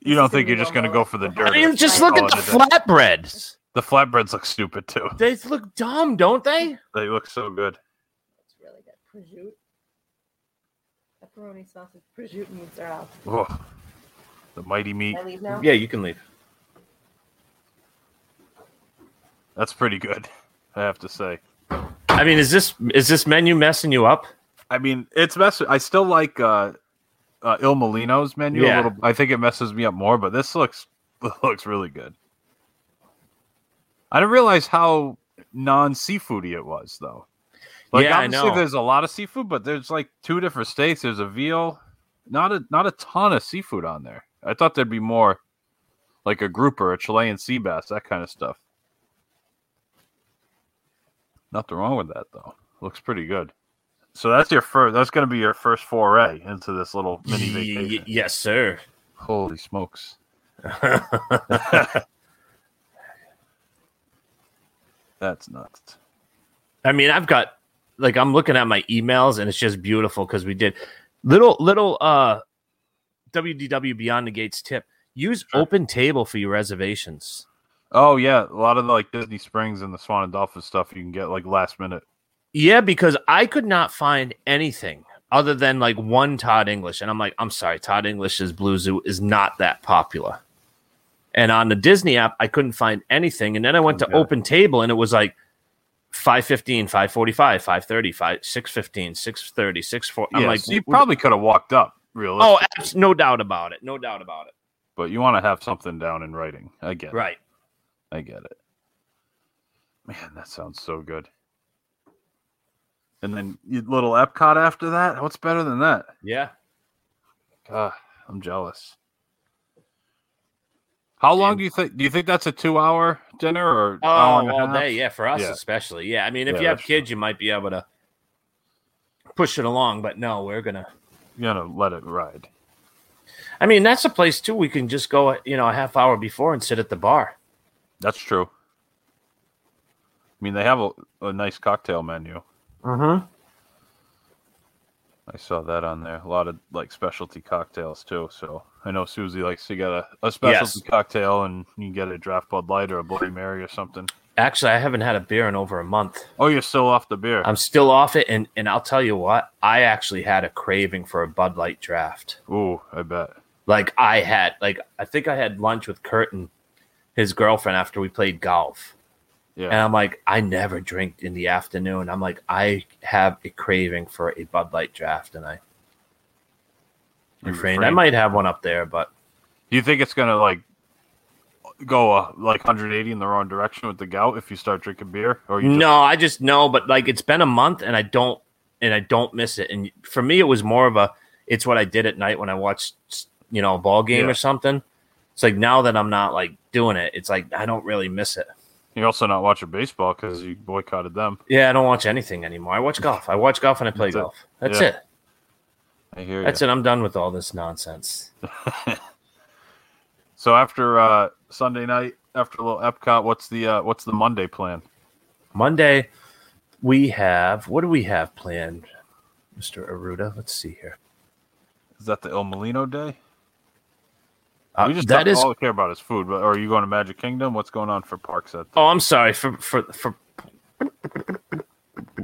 [SPEAKER 4] You don't
[SPEAKER 7] This is gonna
[SPEAKER 4] think
[SPEAKER 7] be
[SPEAKER 4] you're just going to go
[SPEAKER 7] normal.
[SPEAKER 4] for the
[SPEAKER 7] I
[SPEAKER 4] dirt?
[SPEAKER 5] I mean, just
[SPEAKER 7] Like
[SPEAKER 5] look at the flatbreads.
[SPEAKER 4] The flatbreads look stupid too.
[SPEAKER 5] They look dumb, don't they?
[SPEAKER 4] They look so good.
[SPEAKER 7] It's really good. Prosciutto. Pepperoni sausage, prosciutto, and mozzarella.
[SPEAKER 4] Whoa. The mighty meat.
[SPEAKER 7] Can I leave now?
[SPEAKER 5] Yeah, you can leave.
[SPEAKER 4] That's pretty good. I have to say.
[SPEAKER 5] I mean, is this is this menu messing you up?
[SPEAKER 4] I mean, it's mess. I still like uh, uh, Il Molino's menu a
[SPEAKER 5] Yeah.
[SPEAKER 4] little. I think it messes me up more, but this looks looks really good. I didn't realize how non seafoody it was, though. Like,
[SPEAKER 5] Yeah, I
[SPEAKER 4] obviously
[SPEAKER 5] know.
[SPEAKER 4] There's a lot of seafood, but there's like two different steaks. There's a veal, not a not a ton of seafood on there. I thought there'd be more, like a grouper, a Chilean sea bass, that kind of stuff. Nothing wrong with that, though. Looks pretty good. So that's your first. That's going to be your first foray into this little mini
[SPEAKER 5] Y- y-
[SPEAKER 4] vacation.
[SPEAKER 5] yes, sir.
[SPEAKER 4] Holy smokes! That's nuts.
[SPEAKER 5] I mean, I've got like I'm looking at my emails and it's just beautiful because we did little little uh WDW Beyond the Gates tip. Use Open Table for your reservations.
[SPEAKER 4] Oh yeah, a lot of the, like Disney Springs and the Swan and Dolphin stuff you can get like last minute.
[SPEAKER 5] Yeah, because I could not find anything other than like one Todd English, and I'm like, I'm sorry, Todd English's Blue Zoo is not that popular. And on the Disney app, I couldn't find anything. And then I went to
[SPEAKER 4] Okay.
[SPEAKER 5] Open Table, and it was like. 515, 545, 530, 5, 615, 630, 640. I'm
[SPEAKER 4] yeah,
[SPEAKER 5] like,
[SPEAKER 4] so you
[SPEAKER 5] "What-
[SPEAKER 4] probably could have walked up realistically,
[SPEAKER 5] Oh, abs- no doubt about it. No doubt about it.
[SPEAKER 4] but you want to have something down in writing. I get it.
[SPEAKER 5] Right.
[SPEAKER 4] I get it. Man, that sounds so good. And then you little Epcot after that. What's better than that?
[SPEAKER 5] Yeah.
[SPEAKER 4] God, I'm jealous. How long
[SPEAKER 5] And-
[SPEAKER 4] do you think? Do you think that's a two-hour dinner or
[SPEAKER 5] Oh,
[SPEAKER 4] hour and a
[SPEAKER 5] all
[SPEAKER 4] half?
[SPEAKER 5] day. Yeah, for us
[SPEAKER 4] Yeah.
[SPEAKER 5] especially. Yeah. I mean, if
[SPEAKER 4] Yeah,
[SPEAKER 5] you have
[SPEAKER 4] that's
[SPEAKER 5] kids, you might be able to push it along, but no, we're gonna.
[SPEAKER 4] You know, let it ride.
[SPEAKER 5] I mean, that's a place too. We can just go, you know, a half hour before and sit at the bar.
[SPEAKER 4] That's true. I mean, they have a, a nice cocktail menu.
[SPEAKER 5] Mm-hmm.
[SPEAKER 4] I saw that on there. A lot of like specialty cocktails too. So I know Susie likes to get a, a specialty cocktail and you can get a draft Bud Light or a Bloody Mary or something.
[SPEAKER 5] Actually, I haven't had a beer in over a month.
[SPEAKER 4] Oh, you're still off the beer.
[SPEAKER 5] I'm still off it, and and I'll tell you what, I actually had a craving for a Bud Light draft.
[SPEAKER 4] Ooh, I bet.
[SPEAKER 5] Like I had, like I think I had lunch with Curtin, his girlfriend, after we played golf,
[SPEAKER 4] Yeah.
[SPEAKER 5] and I'm like, I never drink in the afternoon. I'm like, I have a craving for a Bud Light draft, and I
[SPEAKER 4] You
[SPEAKER 5] refrained. I
[SPEAKER 4] refrained.
[SPEAKER 5] might have one up there, but
[SPEAKER 4] Do you think it's gonna like go uh, like 180 in the wrong direction with the gout if you start drinking beer? Or you
[SPEAKER 5] no, I just know. But like, it's been a month, and I don't, and I don't miss it. And for me, it was more of a, it's what I did at night when I watched, you know, a ball game
[SPEAKER 4] Yeah.
[SPEAKER 5] or something. It's like now that I'm not like doing it, it's like I don't really miss it.
[SPEAKER 4] Just, you're also not watching baseball because you boycotted them.
[SPEAKER 5] Yeah, I don't watch anything anymore. I watch golf. I watch golf and I play
[SPEAKER 4] That's it.
[SPEAKER 5] golf. That's
[SPEAKER 4] Yeah.
[SPEAKER 5] it.
[SPEAKER 4] I hear
[SPEAKER 5] That's
[SPEAKER 4] you.
[SPEAKER 5] it. I'm done with all this nonsense.
[SPEAKER 4] So after uh, Sunday night, after a little Epcot, what's the uh, what's the Monday plan?
[SPEAKER 5] Monday, we have what do we have planned, Mister Aruda? Let's see here.
[SPEAKER 4] Is that the El Molino day?
[SPEAKER 5] Uh,
[SPEAKER 4] we just
[SPEAKER 5] that is
[SPEAKER 4] all we care about is food. But are you going to Magic Kingdom? What's going on for parks? That
[SPEAKER 5] Oh, I'm sorry for for for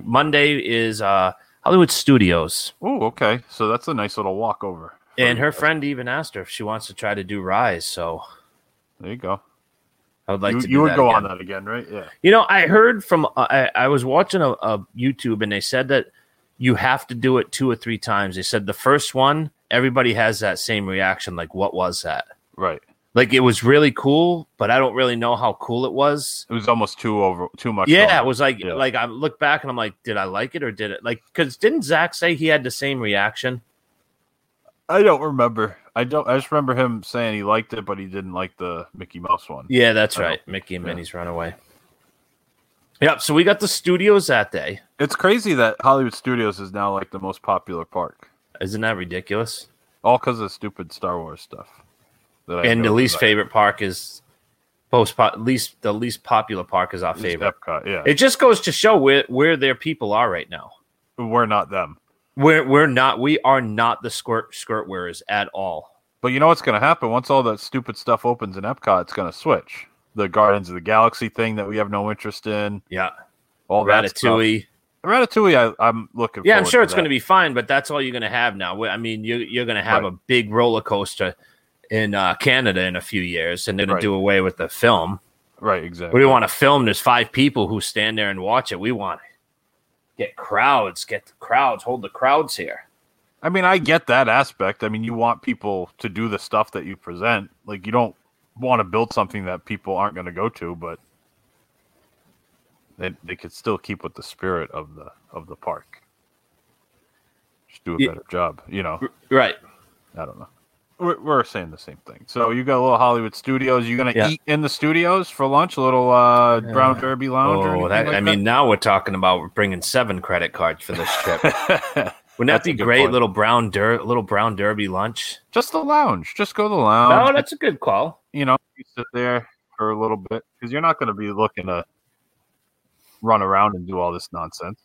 [SPEAKER 5] Monday is uh Hollywood Studios.
[SPEAKER 4] oh, okay. So that's a nice little walk over.
[SPEAKER 5] And her friend even asked her if she wants to try to do Rise, so
[SPEAKER 4] There you go.
[SPEAKER 5] I would like
[SPEAKER 4] you
[SPEAKER 5] to do
[SPEAKER 4] you would
[SPEAKER 5] that
[SPEAKER 4] go on
[SPEAKER 5] again.
[SPEAKER 4] that again, right? Yeah.
[SPEAKER 5] You know, I heard from uh, I, I was watching a, a YouTube and they said that you have to do it two or three times. They said the first one, everybody has that same reaction, like what was that?
[SPEAKER 4] Right.
[SPEAKER 5] Like it was really cool, but I don't really know how cool it was.
[SPEAKER 4] It was almost too over too much.
[SPEAKER 5] Yeah, it
[SPEAKER 4] going.
[SPEAKER 5] was like
[SPEAKER 4] Yeah.
[SPEAKER 5] like I look back and I'm like, did I like it or did it like? Because didn't Zach say he had the same reaction?
[SPEAKER 4] I don't remember. I don't. I just remember him saying he liked it, but he didn't like the Mickey Mouse one.
[SPEAKER 5] Yeah, that's
[SPEAKER 4] I
[SPEAKER 5] right. Oh, Mickey and
[SPEAKER 4] yeah.
[SPEAKER 5] Minnie's Runaway. Yep. So we got the studios that day.
[SPEAKER 4] It's crazy that Hollywood Studios is now like the most popular park,
[SPEAKER 5] Isn't that ridiculous?
[SPEAKER 4] all because of stupid Star Wars stuff. That I
[SPEAKER 5] and the
[SPEAKER 4] know
[SPEAKER 5] least
[SPEAKER 4] about.
[SPEAKER 5] favorite park is most po- least the least popular park is our
[SPEAKER 4] It's
[SPEAKER 5] favorite.
[SPEAKER 4] Epcot, yeah,
[SPEAKER 5] It just goes to show where where their people are right now.
[SPEAKER 4] we're not them.
[SPEAKER 5] We're we're not we are not the skirt skirt wearers at all.
[SPEAKER 4] But you know what's going to happen once all that stupid stuff opens in Epcot? It's going to switch. The Guardians of the Galaxy thing that we have no interest in.
[SPEAKER 5] Yeah,
[SPEAKER 4] All that stuff.
[SPEAKER 5] Ratatouille.
[SPEAKER 4] Ratatouille, I, I'm looking.
[SPEAKER 5] Yeah, I'm
[SPEAKER 4] forward
[SPEAKER 5] sure
[SPEAKER 4] to
[SPEAKER 5] it's going to
[SPEAKER 4] that.
[SPEAKER 5] be fine, but that's all you're going to have now. We- I mean, you, you're going to have
[SPEAKER 4] Right.
[SPEAKER 5] a big roller coaster in uh, Canada in a few years, and they're going
[SPEAKER 4] Right.
[SPEAKER 5] to do away with the film.
[SPEAKER 4] right.
[SPEAKER 5] We
[SPEAKER 4] Exactly.
[SPEAKER 5] don't want to film. There's five people who stand there and watch it. We want to get crowds, get the crowds, hold the crowds here.
[SPEAKER 4] I mean, I get that aspect. I mean, you want people to do the stuff that you present. Like, you don't want to build something that people aren't going to go to, but they they could still keep with the spirit of the of the park. Just do a
[SPEAKER 5] Ye-
[SPEAKER 4] better job. You know,
[SPEAKER 5] Right.
[SPEAKER 4] I don't know. We're, we're saying the same thing. So you got a little Hollywood Studios. You gonna
[SPEAKER 5] Yeah.
[SPEAKER 4] eat in the studios for lunch? A little uh, Brown Derby lounge?
[SPEAKER 5] Oh,
[SPEAKER 4] or
[SPEAKER 5] that,
[SPEAKER 4] anything like
[SPEAKER 5] I mean, now we're talking about bringing seven credit cards for this trip.
[SPEAKER 4] that?
[SPEAKER 5] Wouldn't that
[SPEAKER 4] That's a
[SPEAKER 5] be
[SPEAKER 4] good
[SPEAKER 5] great?
[SPEAKER 4] point.
[SPEAKER 5] Little brown dirt, little brown derby lunch.
[SPEAKER 4] just the lounge. Just go to the lounge.
[SPEAKER 5] no, that's a good call.
[SPEAKER 4] you know, you sit there for a little bit because you're not going to be looking to run around and do all this nonsense,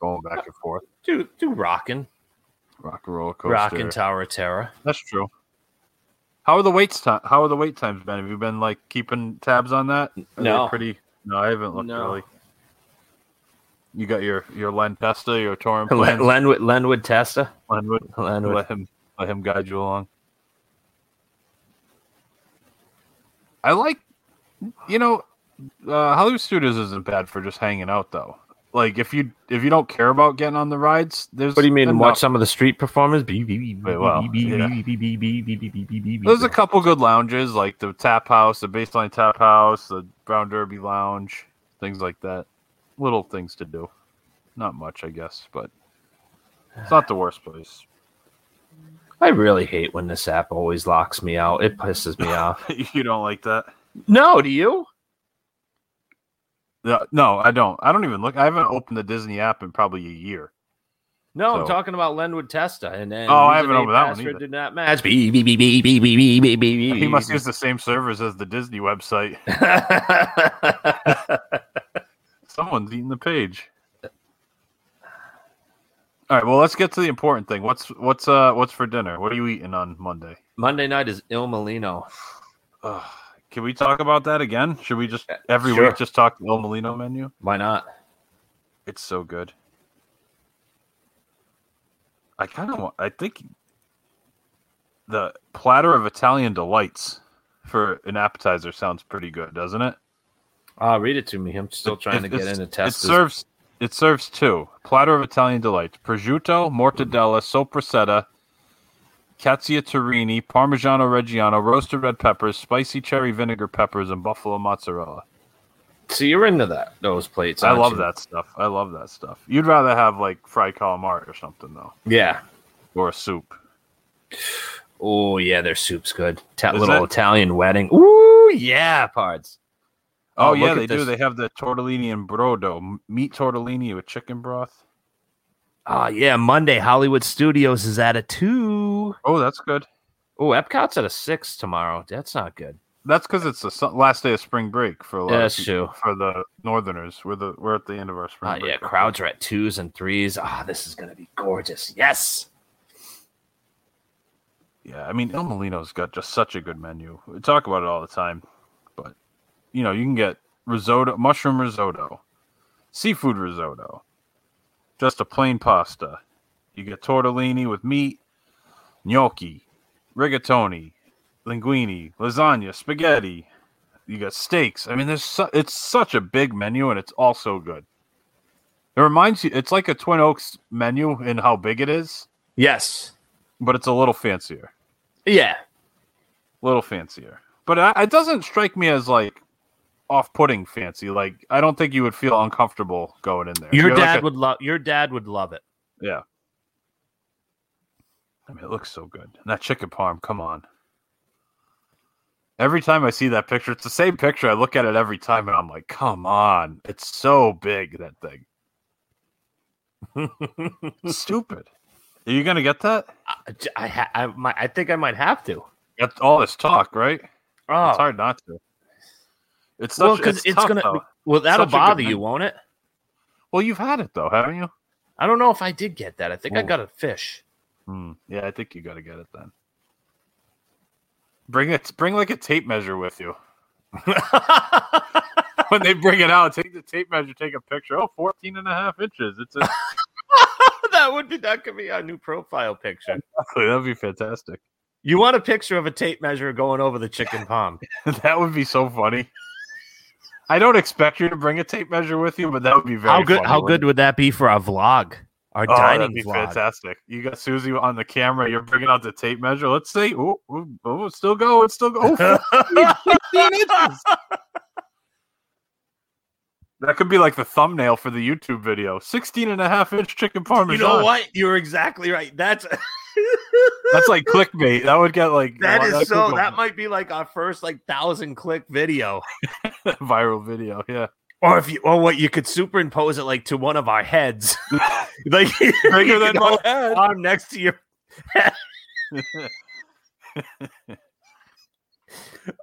[SPEAKER 4] going back and forth,
[SPEAKER 5] Do do rockin',
[SPEAKER 4] rock and roller coaster.
[SPEAKER 5] rockin' Tower of Terror.
[SPEAKER 4] That's true. How are the waits time? How are the wait times been? Have you been like keeping tabs on that? Are they
[SPEAKER 5] No.
[SPEAKER 4] pretty. No, I haven't looked
[SPEAKER 5] No.
[SPEAKER 4] really. You got your your Len Testa, your Torin
[SPEAKER 5] Len-
[SPEAKER 4] plans.
[SPEAKER 5] Lenwood, Lenwood Testa.
[SPEAKER 4] Lenwood.
[SPEAKER 5] Lenwood.
[SPEAKER 4] Let him let him guide you along. I like, you know, uh, Hollywood Studios isn't bad for just hanging out though. Like if you if you don't care about getting on the rides, there's
[SPEAKER 5] What do you mean?
[SPEAKER 4] enough-
[SPEAKER 5] Watch some of the street performers? Beep, beep, beep,
[SPEAKER 4] Wait, well,
[SPEAKER 5] beep, beep,
[SPEAKER 4] yeah.
[SPEAKER 5] beep, beep, beep, beep, beep, beep, beep, beep, beep,
[SPEAKER 4] There's a
[SPEAKER 5] beep.
[SPEAKER 4] couple good lounges like the Tap House, the Baseline Tap House, the Brown Derby Lounge, things like that. Little things to do. Not much, I guess, but it's not the worst place.
[SPEAKER 5] I really hate when this app always locks me out. It pisses me off.
[SPEAKER 4] you don't like that?
[SPEAKER 5] No, do you?
[SPEAKER 4] No, No, I don't. I don't even look. I haven't opened the Disney app in probably a year.
[SPEAKER 5] No, I'm
[SPEAKER 4] So-
[SPEAKER 5] talking about Lenwood Testa, and then
[SPEAKER 4] Oh, I haven't
[SPEAKER 5] username,
[SPEAKER 4] opened that one
[SPEAKER 5] password
[SPEAKER 4] either.
[SPEAKER 5] Did not match. Beep, beep, beep, beep, beep, beep, beep, beep, beep, beep.
[SPEAKER 4] He must use the same servers as the Disney website. Someone's eating the page. All right, well, let's get to the important thing. What's what's uh what's for dinner? What are you eating on Monday?
[SPEAKER 5] Monday night is Il Molino.
[SPEAKER 4] Ugh. Can we talk about that again? Should we just every
[SPEAKER 5] Uh, Sure.
[SPEAKER 4] week just talk El Molino menu?
[SPEAKER 5] Why not?
[SPEAKER 4] It's so good. I kind of want. I think the platter of Italian delights for an appetizer sounds pretty good, doesn't it?
[SPEAKER 5] Uh, read it to me. I'm still trying to get
[SPEAKER 4] It's-
[SPEAKER 5] in and test
[SPEAKER 4] It
[SPEAKER 5] this.
[SPEAKER 4] serves it serves two platter of Italian delights: prosciutto, mortadella, sopressata, cacciatorini, parmigiano reggiano, roasted red peppers, spicy cherry vinegar peppers, and buffalo mozzarella.
[SPEAKER 5] So you're into that those plates.
[SPEAKER 4] I
[SPEAKER 5] aren't
[SPEAKER 4] love
[SPEAKER 5] you?
[SPEAKER 4] that stuff. I love that stuff. You'd rather have like fried calamari or something though,
[SPEAKER 5] Yeah.
[SPEAKER 4] or a soup.
[SPEAKER 5] Oh yeah, their soup's good. Ta-
[SPEAKER 4] Is
[SPEAKER 5] little
[SPEAKER 4] that-
[SPEAKER 5] Italian wedding. Ooh yeah, pards.
[SPEAKER 4] Oh,
[SPEAKER 5] Oh,
[SPEAKER 4] yeah,
[SPEAKER 5] look at
[SPEAKER 4] they do.
[SPEAKER 5] this.
[SPEAKER 4] They have the tortellini and brodo, m- meat tortellini with chicken broth.
[SPEAKER 5] Ah yeah, Monday Hollywood Studios is at a two.
[SPEAKER 4] Oh, that's good.
[SPEAKER 5] Oh, Epcot's at a six tomorrow. That's not good.
[SPEAKER 4] That's because it's the su- last day of spring break for a lot
[SPEAKER 5] Yeah,
[SPEAKER 4] of
[SPEAKER 5] that's
[SPEAKER 4] people-
[SPEAKER 5] true.
[SPEAKER 4] for the Northerners. We're the we're at the end of our spring
[SPEAKER 5] Ah
[SPEAKER 4] break.
[SPEAKER 5] yeah, crowds are at twos and threes. Ah, this is gonna be gorgeous. Yes.
[SPEAKER 4] Yeah, I mean El Molino's got just such a good menu. We talk about it all the time, but you know you can get risotto, mushroom risotto, seafood risotto, just a plain pasta. You get tortellini with meat, gnocchi, rigatoni, linguine, lasagna, spaghetti. You got steaks. I mean, there's su- it's such a big menu, and it's all so good. It reminds you, it's like a Twin Oaks menu in how big it is,
[SPEAKER 5] Yes.
[SPEAKER 4] but it's a little fancier.
[SPEAKER 5] Yeah.
[SPEAKER 4] little fancier. But I- it doesn't strike me as like off-putting fancy. Like I don't think you would feel uncomfortable going in there.
[SPEAKER 5] Your
[SPEAKER 4] You're like
[SPEAKER 5] dad
[SPEAKER 4] a-
[SPEAKER 5] would love your dad would love it.
[SPEAKER 4] yeah. I mean, it looks so good. And that chicken parm, come on. Every time I see that picture, it's the same picture. I look at it every time, and I'm like, come on, it's so big that thing. Stupid. Are you gonna get that?
[SPEAKER 5] I, I, ha- I, might, I think I might have to.
[SPEAKER 4] That's all this talk, right? It's
[SPEAKER 5] Oh,
[SPEAKER 4] hard not to. It's such,
[SPEAKER 5] well, because it's,
[SPEAKER 4] it's tough,
[SPEAKER 5] gonna.
[SPEAKER 4] though.
[SPEAKER 5] Well, that'll
[SPEAKER 4] Such a good
[SPEAKER 5] bother you,
[SPEAKER 4] menu.
[SPEAKER 5] won't it?
[SPEAKER 4] Well, you've had it though, haven't you?
[SPEAKER 5] I don't know if I did get that. I think I
[SPEAKER 4] Ooh.
[SPEAKER 5] got a fish.
[SPEAKER 4] Hmm. Yeah, I think you got to get it then. Bring it. Bring like a tape measure with you. when they bring it out, take the tape measure, take a picture. Oh, 14 and a half inches. It's a,
[SPEAKER 5] that would be that could be our new profile picture.
[SPEAKER 4] that'd be fantastic.
[SPEAKER 5] You want a picture of a tape measure going over the chicken palm?
[SPEAKER 4] that would be so funny. I don't expect you to bring a tape measure with you, but that would be very
[SPEAKER 5] how good?
[SPEAKER 4] funny,
[SPEAKER 5] How
[SPEAKER 4] wouldn't
[SPEAKER 5] good would that be for our vlog? Our
[SPEAKER 4] it? Oh, that'd
[SPEAKER 5] dining
[SPEAKER 4] be
[SPEAKER 5] vlog.
[SPEAKER 4] fantastic. You got Susie on the camera. You're bringing out the tape measure. Let's see. Oh, oh, oh, it's still go. It's still go. Oh, 15 inches. That could be like the thumbnail for the YouTube video. 16 and a half inch chicken
[SPEAKER 5] you
[SPEAKER 4] parmesan.
[SPEAKER 5] know what? You're exactly right. That's
[SPEAKER 4] That's like clickbait. That would get like
[SPEAKER 5] that
[SPEAKER 4] wow,
[SPEAKER 5] is
[SPEAKER 4] could
[SPEAKER 5] so.
[SPEAKER 4] go
[SPEAKER 5] That might be like our first like thousand click video.
[SPEAKER 4] viral video. Yeah.
[SPEAKER 5] Or if you, or what you could superimpose it like to one of our heads, like
[SPEAKER 4] Bigger than my
[SPEAKER 5] head. arm next to your.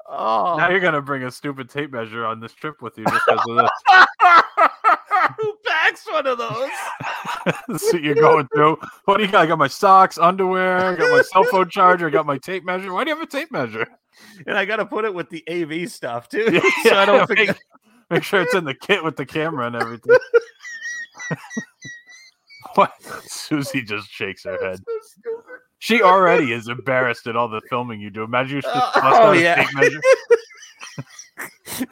[SPEAKER 4] Now
[SPEAKER 5] oh,
[SPEAKER 4] you're going to bring a stupid tape measure on this trip with you just because of
[SPEAKER 5] who packs one of those?
[SPEAKER 4] this. so you're going through. What do you got? I got my socks, underwear, I got my cell phone charger, I got my tape measure. Why do you have a tape measure?
[SPEAKER 5] And I got to put it with the AV stuff too,
[SPEAKER 4] Yeah,
[SPEAKER 5] so I don't
[SPEAKER 4] make,
[SPEAKER 5] think.
[SPEAKER 4] make sure it's in the kit with the camera and everything. what? Susie just shakes her head. She already is embarrassed at all the filming you do. Imagine you're just
[SPEAKER 5] Oh,
[SPEAKER 4] bust out a
[SPEAKER 5] yeah.
[SPEAKER 4] tape measure.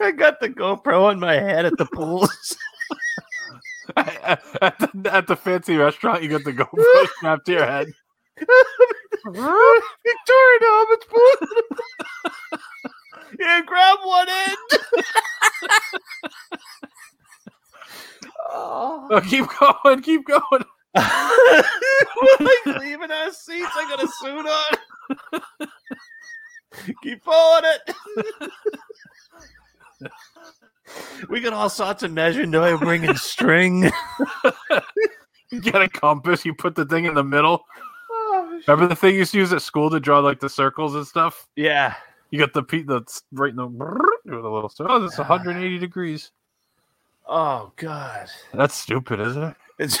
[SPEAKER 5] I got the GoPro on my head at the pools.
[SPEAKER 4] at, the, at the fancy restaurant. You got the GoPro strapped to your head.
[SPEAKER 5] Victoria, how much pool? yeah, grab one end. oh.
[SPEAKER 4] Oh, keep going, keep going.
[SPEAKER 5] We're like leaving our seats. I got a suit on. Keep pulling it. we got all sorts of measure. No, I'm bringing string.
[SPEAKER 4] You get a compass. You put the thing in the middle.
[SPEAKER 5] Oh,
[SPEAKER 4] Remember the thing you used to use at school to draw like the circles and stuff.
[SPEAKER 5] yeah.
[SPEAKER 4] You got the pe- the right in the with a little. Oh, it's 180 degrees.
[SPEAKER 5] Oh God.
[SPEAKER 4] That's stupid, isn't it?
[SPEAKER 5] It's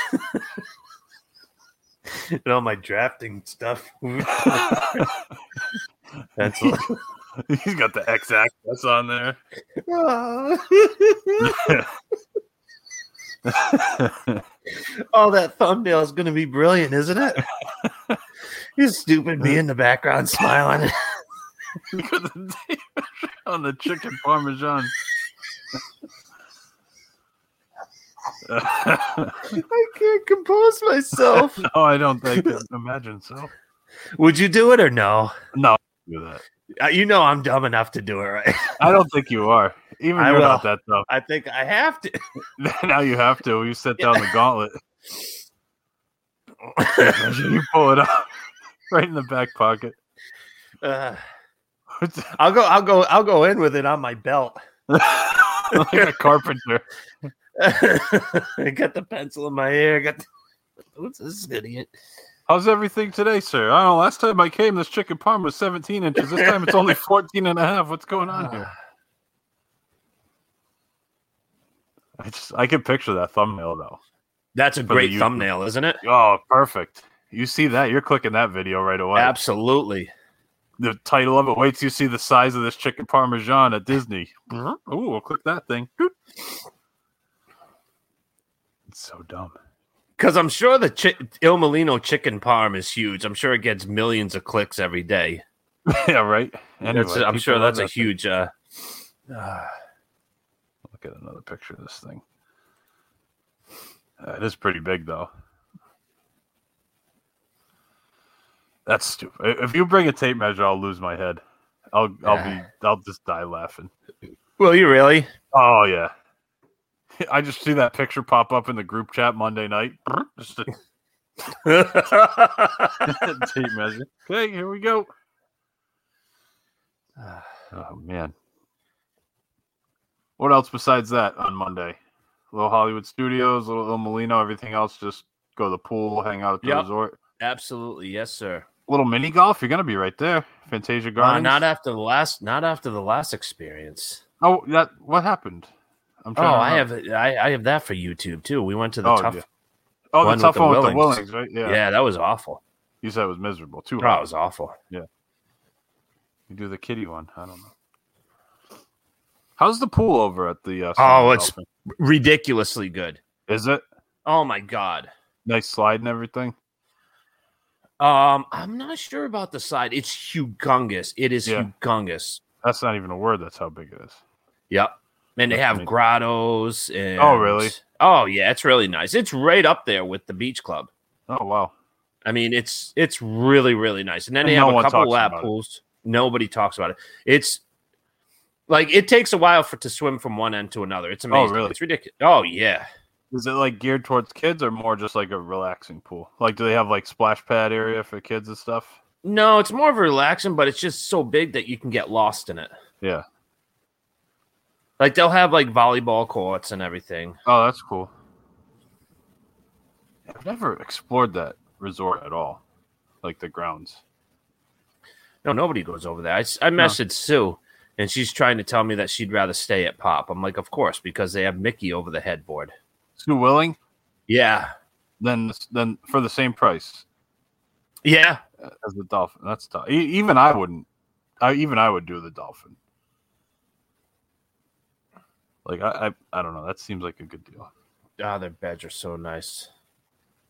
[SPEAKER 5] and all my drafting stuff. That's
[SPEAKER 4] He's got the X axis on there.
[SPEAKER 5] Oh, that thumbnail is going to be brilliant, isn't it? you stupid me in the background smiling.
[SPEAKER 4] He got the David on the chicken parmesan. no,
[SPEAKER 5] I can't compose myself.
[SPEAKER 4] Oh, I don't think. that- Imagine so.
[SPEAKER 5] Would you do it or no?
[SPEAKER 4] No, I don't do that.
[SPEAKER 5] Uh, You know I'm dumb enough to do it, right?
[SPEAKER 4] I don't think you are. Even
[SPEAKER 5] I
[SPEAKER 4] you're
[SPEAKER 5] will.
[SPEAKER 4] not that dumb.
[SPEAKER 5] I think I have to.
[SPEAKER 4] now you have to. You set down the gauntlet. you pull it out right in the back pocket.
[SPEAKER 5] Uh, I'll go. I'll go. I'll go in with it on my belt.
[SPEAKER 4] like a carpenter.
[SPEAKER 5] I got the pencil in my ear. I got. The, who's this idiot?
[SPEAKER 4] How's everything today, sir? I don't know. Last time I came, this chicken parm was 17 inches. This time it's only 14 and a half. What's going on here? I just I can picture that thumbnail though.
[SPEAKER 5] That's a
[SPEAKER 4] For the
[SPEAKER 5] great
[SPEAKER 4] YouTube.
[SPEAKER 5] thumbnail, isn't it?
[SPEAKER 4] Oh, perfect. You see that, you're clicking that video right away.
[SPEAKER 5] Absolutely.
[SPEAKER 4] The title of it waits till you see the size of this chicken parmesan at Disney. Ooh,
[SPEAKER 5] Mm-hmm.
[SPEAKER 4] we'll click that thing. Doot. It's so dumb.
[SPEAKER 5] Because I'm sure the chi- Il Molino chicken parm is huge. I'm sure it gets millions of clicks every day.
[SPEAKER 4] yeah, right.
[SPEAKER 5] That's-
[SPEAKER 4] Anyway,
[SPEAKER 5] I'm
[SPEAKER 4] people
[SPEAKER 5] sure
[SPEAKER 4] love
[SPEAKER 5] that's a
[SPEAKER 4] that thing.
[SPEAKER 5] huge. Uh,
[SPEAKER 4] Look at another picture of this thing. Uh, it is pretty big, though. That's stupid. I- If you bring a tape measure, I'll lose my head. I'll I'll be I'll just die laughing.
[SPEAKER 5] Will you really?
[SPEAKER 4] Oh yeah. I just see that picture pop up in the group chat Monday night. Just a tape measure. Okay, here we go. Oh man. What else besides that on Monday? Little Hollywood Studios, little Il Molino, everything else just go to the pool, hang out at the
[SPEAKER 5] Yep.
[SPEAKER 4] resort.
[SPEAKER 5] Absolutely, yes, sir.
[SPEAKER 4] Little mini golf, you're gonna be right there. Fantasia
[SPEAKER 5] Uh,
[SPEAKER 4] Gardens.
[SPEAKER 5] not after the last. Not after the last experience.
[SPEAKER 4] oh that what happened? I'm to
[SPEAKER 5] Oh, I have.
[SPEAKER 4] remember.
[SPEAKER 5] I, I have that for YouTube too. We went to the
[SPEAKER 4] Oh,
[SPEAKER 5] tough.
[SPEAKER 4] yeah. Oh,
[SPEAKER 5] one
[SPEAKER 4] the
[SPEAKER 5] with
[SPEAKER 4] tough
[SPEAKER 5] the
[SPEAKER 4] one with the
[SPEAKER 5] Willings.
[SPEAKER 4] Willings, right?
[SPEAKER 5] Yeah.
[SPEAKER 4] Yeah.
[SPEAKER 5] that was awful.
[SPEAKER 4] You said it was miserable. Too
[SPEAKER 5] Oh,
[SPEAKER 4] hot.
[SPEAKER 5] it was awful.
[SPEAKER 4] You do the kitty one. I don't know. How's the pool over at the? Uh,
[SPEAKER 5] Oh,
[SPEAKER 4] Sony
[SPEAKER 5] it's
[SPEAKER 4] Dolphin?
[SPEAKER 5] ridiculously good.
[SPEAKER 4] is it
[SPEAKER 5] Oh my god.
[SPEAKER 4] nice slide and everything?
[SPEAKER 5] Um, I'm not sure about the side. It's humongous. It is
[SPEAKER 4] Yeah.
[SPEAKER 5] humongous.
[SPEAKER 4] That's not even a word. That's how big it is.
[SPEAKER 5] Yep. And they
[SPEAKER 4] That's
[SPEAKER 5] have
[SPEAKER 4] neat.
[SPEAKER 5] grottos. And,
[SPEAKER 4] Oh, really?
[SPEAKER 5] Oh yeah, it's really nice. It's right up there with the beach club.
[SPEAKER 4] Oh wow.
[SPEAKER 5] I mean, it's it's really really nice. And then
[SPEAKER 4] And
[SPEAKER 5] they
[SPEAKER 4] no
[SPEAKER 5] have a
[SPEAKER 4] one
[SPEAKER 5] couple
[SPEAKER 4] talks
[SPEAKER 5] lap
[SPEAKER 4] about it.
[SPEAKER 5] pools. Nobody talks about it. It's like it takes a while for to swim from one end to another. It's amazing.
[SPEAKER 4] really?
[SPEAKER 5] It's ridiculous. Oh yeah.
[SPEAKER 4] Is it like geared towards kids or more just like a relaxing pool? Like, do they have like splash pad area for kids and stuff?
[SPEAKER 5] No, it's more of a relaxing, but it's just so big that you can get lost in it.
[SPEAKER 4] Yeah.
[SPEAKER 5] Like they'll have like volleyball courts and everything.
[SPEAKER 4] Oh, that's cool. I've never explored that resort at all, like the grounds.
[SPEAKER 5] No, nobody goes over there. I, s- I messaged Sue, and she's trying to tell me that she'd rather stay at Pop. I'm like, of course, because they have Mickey over the headboard.
[SPEAKER 4] Sue Willing,
[SPEAKER 5] Yeah,
[SPEAKER 4] then then for the same price, uh,
[SPEAKER 5] yeah.
[SPEAKER 4] as the dolphin. That's tough. E- even I wouldn't. I even I would do the dolphin. Like I, I, I don't know. That seems like a good deal.
[SPEAKER 5] Ah, their beds are so nice.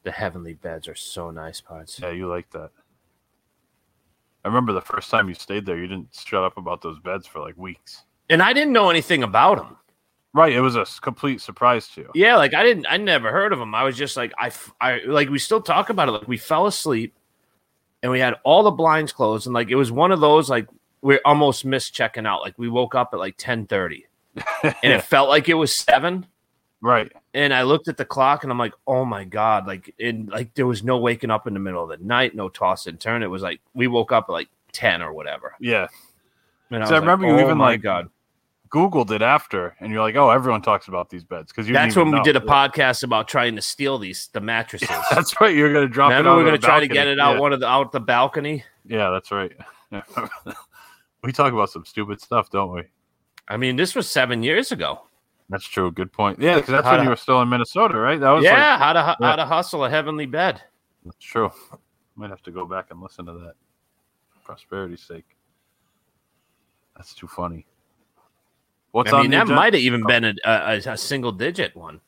[SPEAKER 5] The heavenly beds are so nice, parts.
[SPEAKER 4] Yeah, you like that. I remember the first time you stayed there, you didn't shut up about those beds for like weeks.
[SPEAKER 5] And I didn't know anything about them.
[SPEAKER 4] Right? It was a s- complete surprise to you.
[SPEAKER 5] Yeah, like I didn't, I never heard of them. I was just like, I, f- I, like we still talk about it. Like we fell asleep, and we had all the blinds closed, and like it was one of those like we almost missed checking out. Like we woke up at like ten thirty, and it felt like it was seven.
[SPEAKER 4] Right?
[SPEAKER 5] And I looked at the clock, and I'm like, oh my god! Like and like there was no waking up in the middle of the night, no toss and turn. It was like we woke up at like ten or whatever.
[SPEAKER 4] Yeah. So
[SPEAKER 5] And
[SPEAKER 4] I
[SPEAKER 5] was like,
[SPEAKER 4] remember you
[SPEAKER 5] oh
[SPEAKER 4] even,
[SPEAKER 5] my
[SPEAKER 4] like,
[SPEAKER 5] god.
[SPEAKER 4] Googled it after, and you're like, "Oh, everyone talks about these beds." Because
[SPEAKER 5] That's when we did a podcast about trying to steal these the mattresses.
[SPEAKER 4] That's right. You're gonna drop.
[SPEAKER 5] Remember,
[SPEAKER 4] it
[SPEAKER 5] we
[SPEAKER 4] out
[SPEAKER 5] we're
[SPEAKER 4] on
[SPEAKER 5] gonna
[SPEAKER 4] the
[SPEAKER 5] try to get
[SPEAKER 4] balcony.
[SPEAKER 5] it out
[SPEAKER 4] Yeah.
[SPEAKER 5] one of the out the balcony.
[SPEAKER 4] Yeah, that's right. we talk about some stupid stuff, don't we?
[SPEAKER 5] I mean, this was seven years ago.
[SPEAKER 4] That's true. Good point. Yeah, because that's
[SPEAKER 5] How
[SPEAKER 4] when
[SPEAKER 5] to-
[SPEAKER 4] you were still in Minnesota, right? That was
[SPEAKER 5] yeah, how to
[SPEAKER 4] Yeah.
[SPEAKER 5] how to hustle a heavenly bed.
[SPEAKER 4] like, that's true. Might have to go back and listen to that. For prosperity's sake. That's too funny. What's
[SPEAKER 5] I
[SPEAKER 4] on
[SPEAKER 5] mean,
[SPEAKER 4] the
[SPEAKER 5] that
[SPEAKER 4] agenda?
[SPEAKER 5] might have even been a, a, a single digit one,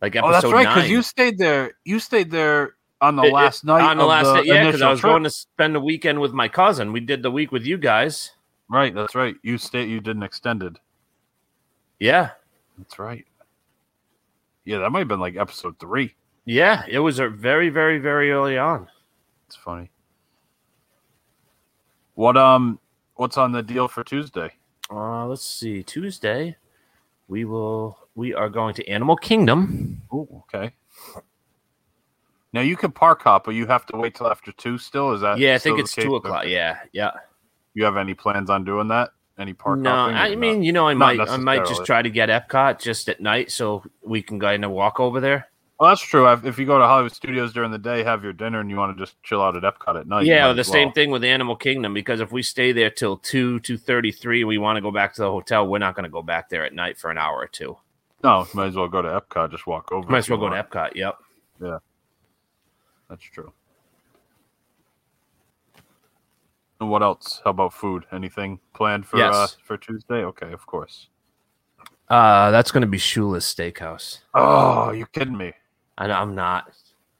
[SPEAKER 5] like episode
[SPEAKER 4] Oh, that's right.
[SPEAKER 5] nine.
[SPEAKER 4] Because you stayed there. You stayed there on the
[SPEAKER 5] It- it-
[SPEAKER 4] last night.
[SPEAKER 5] on the
[SPEAKER 4] of
[SPEAKER 5] last
[SPEAKER 4] the
[SPEAKER 5] day, yeah, because
[SPEAKER 4] initial
[SPEAKER 5] I was
[SPEAKER 4] trip.
[SPEAKER 5] going to spend the weekend with my cousin. We did the week with you guys.
[SPEAKER 4] Right. That's right. You stayed. You did an extended.
[SPEAKER 5] Yeah,
[SPEAKER 4] That's right. Yeah, that might have been like episode three.
[SPEAKER 5] yeah, it was a very, very, very early on.
[SPEAKER 4] It's funny. What um, what's on the deal for Tuesday?
[SPEAKER 5] Uh, let's see, Tuesday, we will we are going to Animal Kingdom.
[SPEAKER 4] Oh, okay. Now you can park hop, but you have to wait till after two. Still, is that?
[SPEAKER 5] yeah, I
[SPEAKER 4] still
[SPEAKER 5] think
[SPEAKER 4] Uh, the
[SPEAKER 5] it's
[SPEAKER 4] case?
[SPEAKER 5] two o'clock. Yeah, yeah.
[SPEAKER 4] You have any plans on doing that? Any park?
[SPEAKER 5] No,
[SPEAKER 4] hopping or
[SPEAKER 5] I
[SPEAKER 4] not?
[SPEAKER 5] mean, you know, I
[SPEAKER 4] Not
[SPEAKER 5] might I might just
[SPEAKER 4] necessarily.
[SPEAKER 5] try to get Epcot just at night so we can go in and walk over there.
[SPEAKER 4] Well, that's true. If if you go to Hollywood Studios during the day, have your dinner, and you want to just chill out at Epcot at night, Uh, you might
[SPEAKER 5] yeah, the
[SPEAKER 4] as
[SPEAKER 5] same
[SPEAKER 4] well.
[SPEAKER 5] thing with Animal Kingdom because if we stay there till two two thirty three, we want to go back to the hotel. We're not going to go back there at night for an hour or two.
[SPEAKER 4] No, might as well go to Epcot. Just walk over.
[SPEAKER 5] Might
[SPEAKER 4] if
[SPEAKER 5] as well
[SPEAKER 4] you
[SPEAKER 5] go to
[SPEAKER 4] want.
[SPEAKER 5] Epcot. Yep.
[SPEAKER 4] That's true. And what else? How about food? Anything planned for
[SPEAKER 5] Yes.
[SPEAKER 4] uh, for Tuesday? Okay, of course.
[SPEAKER 5] Uh, that's going to be Shula's Steakhouse.
[SPEAKER 4] Oh, you kidding me?
[SPEAKER 5] I, I'm not.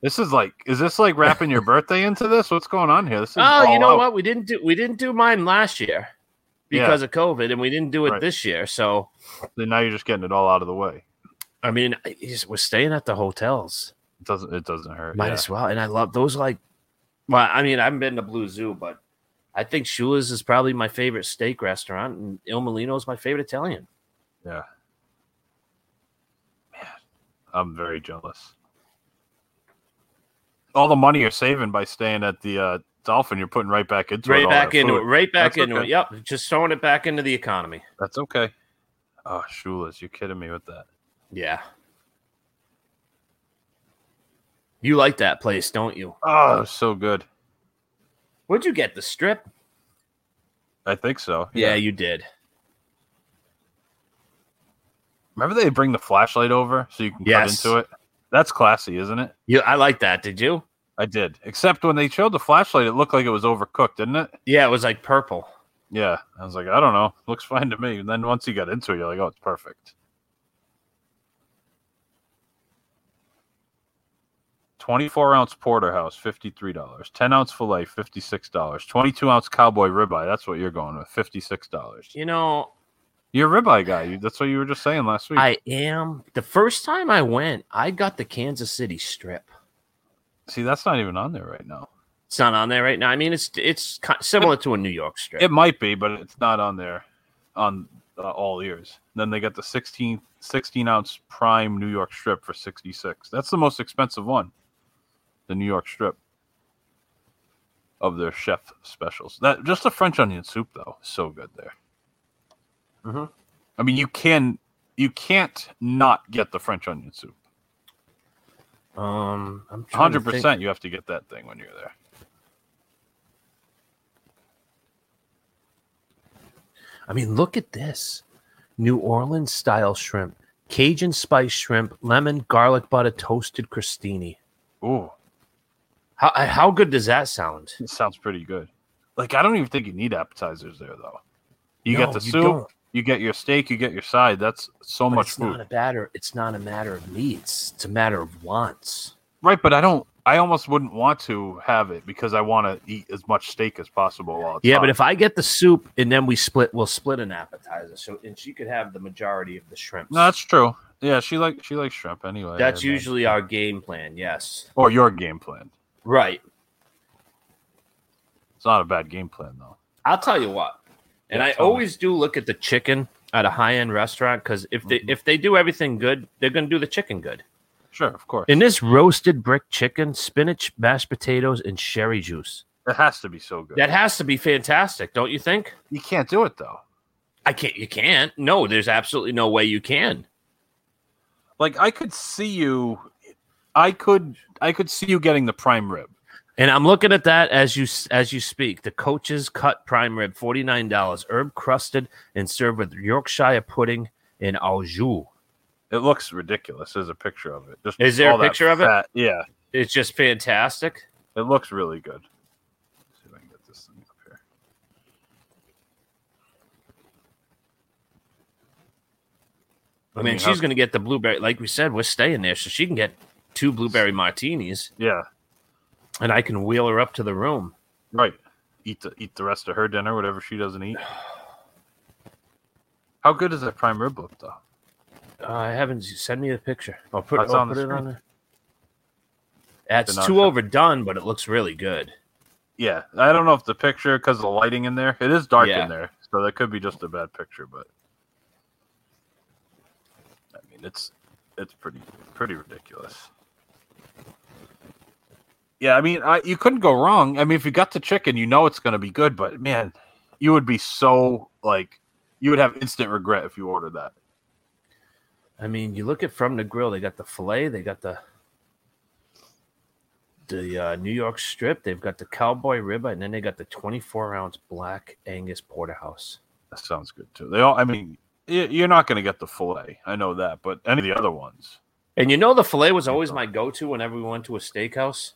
[SPEAKER 4] This is like, is this like wrapping your birthday into this? What's going on here? This is
[SPEAKER 5] Oh, you
[SPEAKER 4] all
[SPEAKER 5] know
[SPEAKER 4] out.
[SPEAKER 5] what? We didn't do we didn't do mine last year
[SPEAKER 4] Yeah.
[SPEAKER 5] because of COVID, and we didn't do it
[SPEAKER 4] Right.
[SPEAKER 5] this year. So
[SPEAKER 4] Then Now you're just getting it all out of the way.
[SPEAKER 5] I mean, I- it's- we're staying at the hotels.
[SPEAKER 4] It doesn't. It doesn't hurt.
[SPEAKER 5] Might
[SPEAKER 4] yeah.
[SPEAKER 5] as well. And I love those. Like, well, I mean, I haven't been to Blue Zoo, but I think Shula's is probably my favorite steak restaurant, and Il Molino is my favorite Italian.
[SPEAKER 4] Yeah. Man, I'm very jealous. All the money you're saving by staying at the uh, Dolphin, you're putting right back into it.
[SPEAKER 5] Right
[SPEAKER 4] all
[SPEAKER 5] back
[SPEAKER 4] that
[SPEAKER 5] into
[SPEAKER 4] food.
[SPEAKER 5] it. Right back
[SPEAKER 4] That's
[SPEAKER 5] into
[SPEAKER 4] okay.
[SPEAKER 5] it. Yep. Just throwing it back into the economy.
[SPEAKER 4] That's okay. Oh, Shula's, you're kidding me with that.
[SPEAKER 5] Yeah. You like that place, don't you?
[SPEAKER 4] Oh, so good.
[SPEAKER 5] Where'd you get the strip?
[SPEAKER 4] I think so.
[SPEAKER 5] Yeah, you did.
[SPEAKER 4] Remember they bring the flashlight over so you can
[SPEAKER 5] Yes.
[SPEAKER 4] cut into it? That's classy, isn't it?
[SPEAKER 5] You, I like that. Did you?
[SPEAKER 4] I did. Except when they showed the flashlight, it looked like it was overcooked, didn't it?
[SPEAKER 5] Yeah, it was like purple.
[SPEAKER 4] Yeah. I was like, I don't know. Looks fine to me. And then once you got into it, you're like, oh, it's perfect. Twenty-four ounce porterhouse, fifty-three dollars. Ten ounce fillet, fifty-six dollars. Twenty-two ounce cowboy ribeye. That's what you're going with, fifty-six dollars.
[SPEAKER 5] You know,
[SPEAKER 4] You're a ribeye guy. You, that's what you were just saying last week.
[SPEAKER 5] I am. The first time I went, I got the Kansas City strip.
[SPEAKER 4] See, that's not even on there right now.
[SPEAKER 5] It's not on there right now. I mean, it's it's ki- similar to a New York strip.
[SPEAKER 4] It might be, but it's not on there on uh, all ears. Then they got the 16, 16 ounce prime New York strip for 66. That's the most expensive one, the New York strip of their chef specials. That just the French onion soup though, is so good there.
[SPEAKER 5] Mhm.
[SPEAKER 4] I mean, you can you can't not get the French onion soup.
[SPEAKER 5] um, I'm trying to
[SPEAKER 4] Hundred
[SPEAKER 5] think.
[SPEAKER 4] percent, you have to get that thing when you're there.
[SPEAKER 5] I mean, look at this New Orleans style shrimp, Cajun spice shrimp, lemon, garlic butter, toasted crostini.
[SPEAKER 4] Ooh,
[SPEAKER 5] How I- how good does that sound?
[SPEAKER 4] it sounds pretty good. Like I don't even think you need appetizers there though. You
[SPEAKER 5] No,
[SPEAKER 4] get the
[SPEAKER 5] you
[SPEAKER 4] soup,
[SPEAKER 5] don't.
[SPEAKER 4] you get your steak, you get your side. That's so
[SPEAKER 5] But
[SPEAKER 4] much
[SPEAKER 5] it's
[SPEAKER 4] food,
[SPEAKER 5] not a matter. It's not a matter of needs. It's a matter of wants.
[SPEAKER 4] right? But I don't. I almost wouldn't want to have it because I want to eat as much steak as possible while it's
[SPEAKER 5] Yeah,
[SPEAKER 4] hot.
[SPEAKER 5] but if I get the soup and then we split, we'll split an appetizer. So and she could have the majority of the shrimp.
[SPEAKER 4] no, that's true. Yeah, she like she likes shrimp anyway.
[SPEAKER 5] That's
[SPEAKER 4] I mean.
[SPEAKER 5] usually our game plan. Yes,
[SPEAKER 4] or your game plan.
[SPEAKER 5] right.
[SPEAKER 4] It's not a bad game plan though.
[SPEAKER 5] I'll tell you what, and
[SPEAKER 4] Yeah,
[SPEAKER 5] I
[SPEAKER 4] tell me.
[SPEAKER 5] always do look at the chicken at a high end restaurant because if
[SPEAKER 4] Mm-hmm.
[SPEAKER 5] they if they do everything good, they're going to do the chicken good.
[SPEAKER 4] Sure, of course.
[SPEAKER 5] In this roasted brick chicken, spinach, mashed potatoes, and sherry juice.
[SPEAKER 4] it has to be so good.
[SPEAKER 5] That has to be fantastic, don't you think?
[SPEAKER 4] you can't do it though.
[SPEAKER 5] I can't. You can't. No, there's absolutely no way you can.
[SPEAKER 4] Like I could see you. I could I could see you getting the prime rib.
[SPEAKER 5] And I'm looking at that as you as you speak. The coach's cut prime rib, forty nine dollars, herb crusted, and served with Yorkshire pudding in Anjou.
[SPEAKER 4] It looks ridiculous. There's a picture of it. Just
[SPEAKER 5] Is there a
[SPEAKER 4] all that
[SPEAKER 5] picture of it?
[SPEAKER 4] fat- Yeah,
[SPEAKER 5] It's just fantastic.
[SPEAKER 4] it looks really good. Let's see if I can get this thing up here.
[SPEAKER 5] I mean,
[SPEAKER 4] how-
[SPEAKER 5] she's going to get the blueberry. Like we said, we're staying there, so she can get two blueberry martinis,
[SPEAKER 4] Yeah,
[SPEAKER 5] and I can wheel her up to the room.
[SPEAKER 4] right. Eat the eat the rest of her dinner, whatever she doesn't eat. How good is that prime rib look though?
[SPEAKER 5] Uh, I haven't. Send me the picture. I'll put,
[SPEAKER 4] That's
[SPEAKER 5] I'll
[SPEAKER 4] on the
[SPEAKER 5] put it on
[SPEAKER 4] screen.
[SPEAKER 5] there. That's
[SPEAKER 4] Then I'll
[SPEAKER 5] too
[SPEAKER 4] show-
[SPEAKER 5] overdone, but it looks really good.
[SPEAKER 4] Yeah, I don't know if the picture because the lighting in there. It is dark
[SPEAKER 5] Yeah.
[SPEAKER 4] in there, so that could be just a bad picture. But I mean, it's it's pretty pretty ridiculous. Yeah, I mean, I, you couldn't go wrong. I mean, if you got the chicken, you know it's going to be good. But man, you would be so like you would have instant regret if you ordered that.
[SPEAKER 5] I mean, you look at from the grill. They got the fillet. They got the the uh, New York strip. They've got the cowboy ribeye, and then they got the twenty four ounce black Angus porterhouse.
[SPEAKER 4] That sounds good too. They all. I mean, y- you're not going to get the fillet. I know that, but any of the other ones.
[SPEAKER 5] And you know, the fillet was always my go to whenever we went to a steakhouse.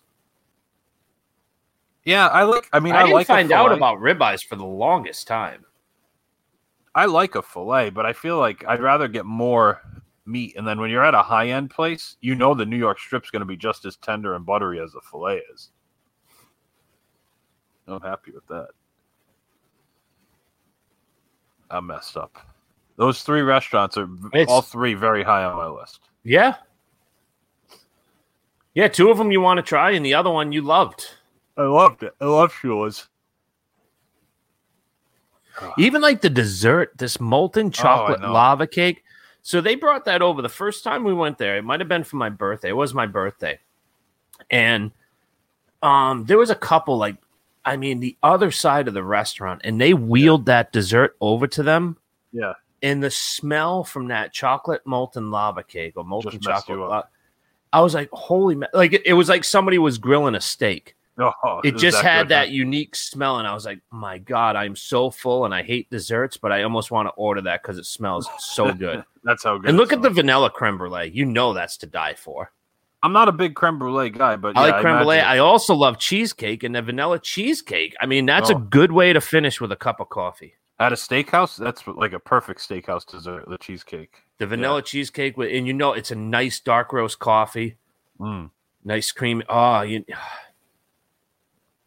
[SPEAKER 4] Yeah, I like. I mean,
[SPEAKER 5] I,
[SPEAKER 4] I,
[SPEAKER 5] didn't
[SPEAKER 4] like a
[SPEAKER 5] find out
[SPEAKER 4] fillet.
[SPEAKER 5] about ribeyes for the longest time.
[SPEAKER 4] I like a fillet, but I feel like I'd rather get more meat. And then when you're at a high end place, you know the New York strip's going to be just as tender and buttery as the fillet is. I'm happy with that. I messed up. Those three restaurants are v-
[SPEAKER 5] It's-
[SPEAKER 4] all three very high on my list.
[SPEAKER 5] Yeah. Yeah, two of them you want to try, and the other one you loved.
[SPEAKER 4] I loved it. I love Shula's.
[SPEAKER 5] Even like the dessert, this molten chocolate
[SPEAKER 4] Oh, know.
[SPEAKER 5] lava cake. So they brought that over the first time we went there. It might have been for my birthday. It was my birthday. And um there was a couple like I mean the other side of the restaurant and they wheeled that dessert over to them.
[SPEAKER 4] Yeah.
[SPEAKER 5] And the smell from that chocolate molten lava cake or molten
[SPEAKER 4] Just messed you
[SPEAKER 5] chocolate
[SPEAKER 4] up.
[SPEAKER 5] lava, I was like, holy ma-. like it, it was like somebody was grilling a steak
[SPEAKER 4] Oh,
[SPEAKER 5] it
[SPEAKER 4] is
[SPEAKER 5] just had
[SPEAKER 4] good, huh?
[SPEAKER 5] that unique smell and i was like my god i'm so full and i hate desserts but i almost want to order that because it smells so good
[SPEAKER 4] That's how good.
[SPEAKER 5] and
[SPEAKER 4] it
[SPEAKER 5] look at the
[SPEAKER 4] sounds.
[SPEAKER 5] vanilla creme brulee you know that's to die for
[SPEAKER 4] I'm not a big creme brulee guy, but
[SPEAKER 5] i
[SPEAKER 4] yeah,
[SPEAKER 5] like creme brulee
[SPEAKER 4] imagine-
[SPEAKER 5] i also love cheesecake and the vanilla cheesecake i mean that's
[SPEAKER 4] Oh.
[SPEAKER 5] a good way to finish with a cup of coffee
[SPEAKER 4] At a steakhouse, that's like a perfect steakhouse dessert, the cheesecake.
[SPEAKER 5] the vanilla cheesecake with, and you know it's a nice dark roast coffee
[SPEAKER 4] Mm.
[SPEAKER 5] nice cream oh you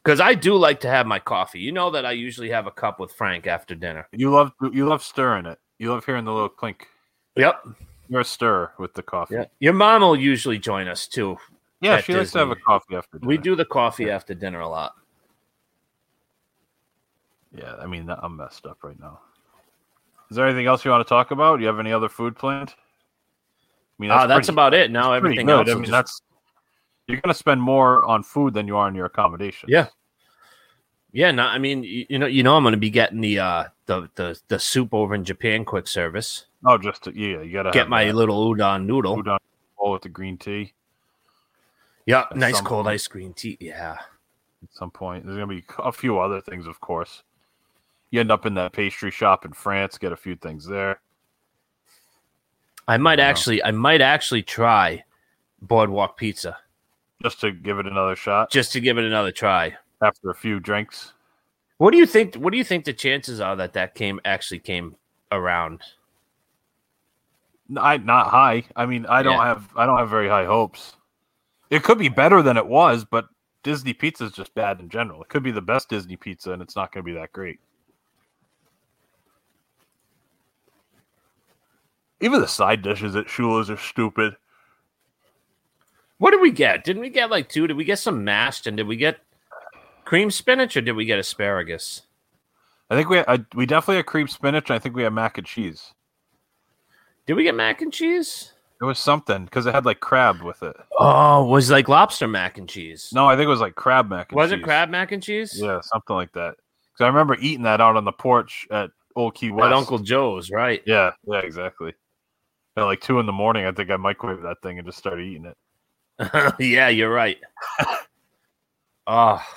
[SPEAKER 5] because i do like to have my coffee you know that i usually have a cup with frank after dinner
[SPEAKER 4] You love you love stirring it. You love hearing the little clink.
[SPEAKER 5] yep
[SPEAKER 4] You're a stir with the coffee.
[SPEAKER 5] Yeah. Your mom will usually join us too.
[SPEAKER 4] Yeah,
[SPEAKER 5] At
[SPEAKER 4] she likes to have a
[SPEAKER 5] Disney.
[SPEAKER 4] coffee after dinner.
[SPEAKER 5] We do the coffee after dinner a lot.
[SPEAKER 4] Yeah, I mean I'm messed up right now. Is there anything else you want to talk about? Do you have any other food planned? I mean,
[SPEAKER 5] That's, Uh, Ah, that's
[SPEAKER 4] pretty-
[SPEAKER 5] about it. Now
[SPEAKER 4] pretty
[SPEAKER 5] everything
[SPEAKER 4] good.
[SPEAKER 5] else.
[SPEAKER 4] I
[SPEAKER 5] will
[SPEAKER 4] mean,
[SPEAKER 5] just-
[SPEAKER 4] that's you're gonna spend more on food than you are on your accommodation.
[SPEAKER 5] Yeah. yeah. No, I mean, you, you know, you know, I'm going to be getting the uh the, the the soup over in Japan quick service.
[SPEAKER 4] Oh, just to, yeah, you gotta
[SPEAKER 5] Get
[SPEAKER 4] have
[SPEAKER 5] my
[SPEAKER 4] that
[SPEAKER 5] little udon noodle.
[SPEAKER 4] food on the bowl with the green tea.
[SPEAKER 5] Yeah,
[SPEAKER 4] At
[SPEAKER 5] nice
[SPEAKER 4] some
[SPEAKER 5] cold
[SPEAKER 4] point.
[SPEAKER 5] ice cream tea. Yeah.
[SPEAKER 4] at some point. There's gonna be a few other things, of course. You end up in that pastry shop in France, get a few things there.
[SPEAKER 5] I might
[SPEAKER 4] Yeah.
[SPEAKER 5] actually, I might actually try boardwalk pizza
[SPEAKER 4] Just to give it another shot
[SPEAKER 5] just to give it another try.
[SPEAKER 4] after a few drinks.
[SPEAKER 5] What do you think? What do you think the chances are that that came actually came around?
[SPEAKER 4] N- I not high. I mean, I don't
[SPEAKER 5] Yeah.
[SPEAKER 4] have I don't have very high hopes. It could be better than it was, but Disney pizza is just bad in general. It could be the best Disney pizza, and it's not going to be that great. Even the side dishes at Shula's are stupid.
[SPEAKER 5] What did we get? Didn't we get like two? Did we get some mashed and did we get cream spinach or did we get asparagus?
[SPEAKER 4] I think we I, we definitely had cream spinach. And I think we had mac and cheese.
[SPEAKER 5] Did we get mac and cheese?
[SPEAKER 4] It was something because it had like crab with it.
[SPEAKER 5] Oh, it was like lobster mac and cheese.
[SPEAKER 4] No, I think it was like crab mac. And
[SPEAKER 5] was
[SPEAKER 4] cheese.
[SPEAKER 5] it crab mac and cheese?
[SPEAKER 4] Yeah, something like that. Because I remember eating that out on the porch at Old Key West.
[SPEAKER 5] At Uncle Joe's, right?
[SPEAKER 4] Yeah, yeah, exactly. At like two in the morning, I think I microwaved that thing and just started eating it.
[SPEAKER 5] yeah, you're right. Ah,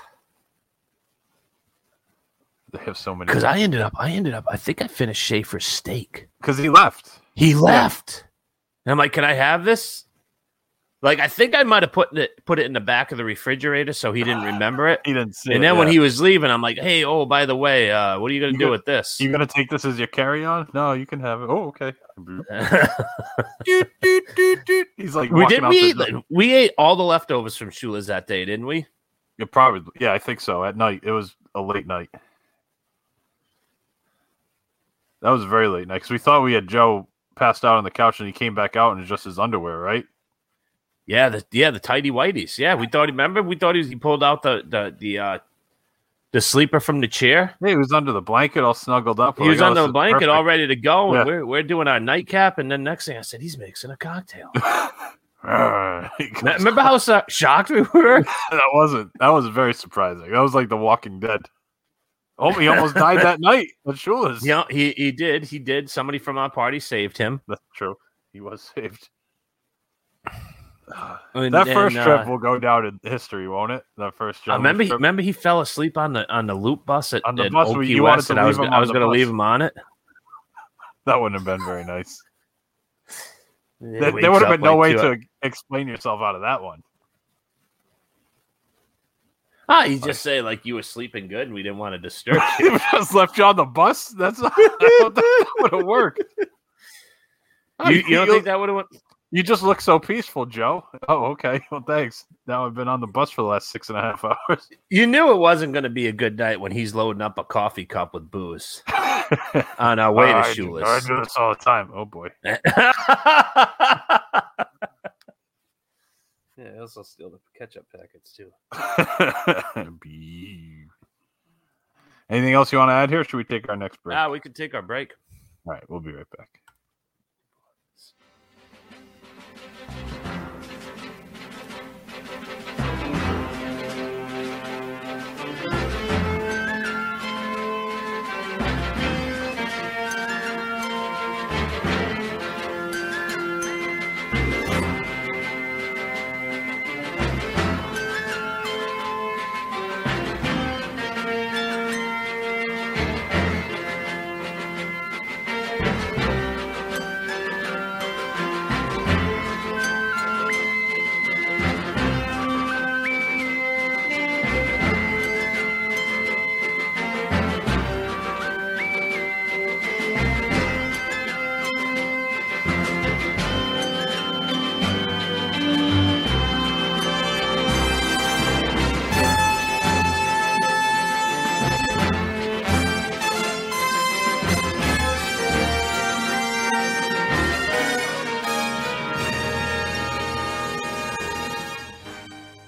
[SPEAKER 4] They have so many.
[SPEAKER 5] because I ended up, I ended up, I think I finished Schaefer's steak.
[SPEAKER 4] Because he left.
[SPEAKER 5] He left. And I'm like, can I have this? Like, I think I might have put it put it in the back of the refrigerator so he didn't remember it.
[SPEAKER 4] He didn't see
[SPEAKER 5] And
[SPEAKER 4] it,
[SPEAKER 5] then when
[SPEAKER 4] yeah.
[SPEAKER 5] he was leaving, I'm like, hey, oh, by the way, uh, what are you gonna
[SPEAKER 4] You
[SPEAKER 5] do
[SPEAKER 4] got-
[SPEAKER 5] with this?
[SPEAKER 4] You gonna take this as your carry on? No, you can have it. Oh, okay. He's like,
[SPEAKER 5] we
[SPEAKER 4] walking
[SPEAKER 5] did
[SPEAKER 4] out
[SPEAKER 5] we
[SPEAKER 4] the
[SPEAKER 5] ate,
[SPEAKER 4] door.
[SPEAKER 5] we ate all the leftovers from Shula's that day, didn't we?
[SPEAKER 4] Yeah, probably. Yeah, I think so. At night, it was a late night. That was very late night because we thought we had Joe passed out on the couch and he came back out in just his underwear, right?
[SPEAKER 5] Yeah, the yeah, the tidy whiteys. Yeah, we thought. Remember, we thought he, was, he pulled out the the the uh, the sleeper from the chair.
[SPEAKER 4] Yeah, he was under the blanket, all snuggled up.
[SPEAKER 5] He was
[SPEAKER 4] on
[SPEAKER 5] under the blanket, all ready to go, and
[SPEAKER 4] Yeah.
[SPEAKER 5] we're we're doing our nightcap. And then next thing I said, he's mixing a cocktail.
[SPEAKER 4] that,
[SPEAKER 5] remember how so- shocked we were?
[SPEAKER 4] that wasn't. That was very surprising. That was like The Walking Dead. Oh, he almost died that night. That sure is.
[SPEAKER 5] you know, he he did, he did. Somebody from our party saved him.
[SPEAKER 4] That's true. He was saved.
[SPEAKER 5] And-
[SPEAKER 4] That
[SPEAKER 5] and,
[SPEAKER 4] first
[SPEAKER 5] uh,
[SPEAKER 4] trip will go down in history, won't it? That first
[SPEAKER 5] I
[SPEAKER 4] trip.
[SPEAKER 5] remember, he, remember he fell asleep on the on the loop bus at,
[SPEAKER 4] On the
[SPEAKER 5] at
[SPEAKER 4] bus
[SPEAKER 5] Old
[SPEAKER 4] where
[SPEAKER 5] Key
[SPEAKER 4] you wanted
[SPEAKER 5] West,
[SPEAKER 4] to
[SPEAKER 5] and I was
[SPEAKER 4] leave
[SPEAKER 5] gonna-
[SPEAKER 4] him
[SPEAKER 5] I
[SPEAKER 4] on
[SPEAKER 5] was
[SPEAKER 4] the
[SPEAKER 5] going to
[SPEAKER 4] bus.
[SPEAKER 5] leave him on it.
[SPEAKER 4] That wouldn't have been very nice.
[SPEAKER 5] He
[SPEAKER 4] there
[SPEAKER 5] wakes
[SPEAKER 4] there would have been
[SPEAKER 5] up
[SPEAKER 4] no way
[SPEAKER 5] like two-
[SPEAKER 4] to explain yourself out of that one.
[SPEAKER 5] Ah, you just say like you were sleeping good, and we didn't want to disturb you.
[SPEAKER 4] If I just left you on the bus. That's not, I don't think that would have worked. Oh,
[SPEAKER 5] You, you don't
[SPEAKER 4] you-
[SPEAKER 5] think that would have went?
[SPEAKER 4] You just look so peaceful, Joe. Oh, okay. Well, thanks. Now I've been on the bus for the last six and a half hours.
[SPEAKER 5] You knew it wasn't going to be a good night when he's loading up a coffee cup with booze on our way
[SPEAKER 4] Oh,
[SPEAKER 5] to
[SPEAKER 4] I do- I
[SPEAKER 5] shoeless.
[SPEAKER 4] do this all the time. Oh boy.
[SPEAKER 5] yeah, I also steal the ketchup packets too.
[SPEAKER 4] Beep. Anything else you want to add here? or Should we take our next break?
[SPEAKER 5] Ah, we could take our break.
[SPEAKER 4] All right, we'll be right back.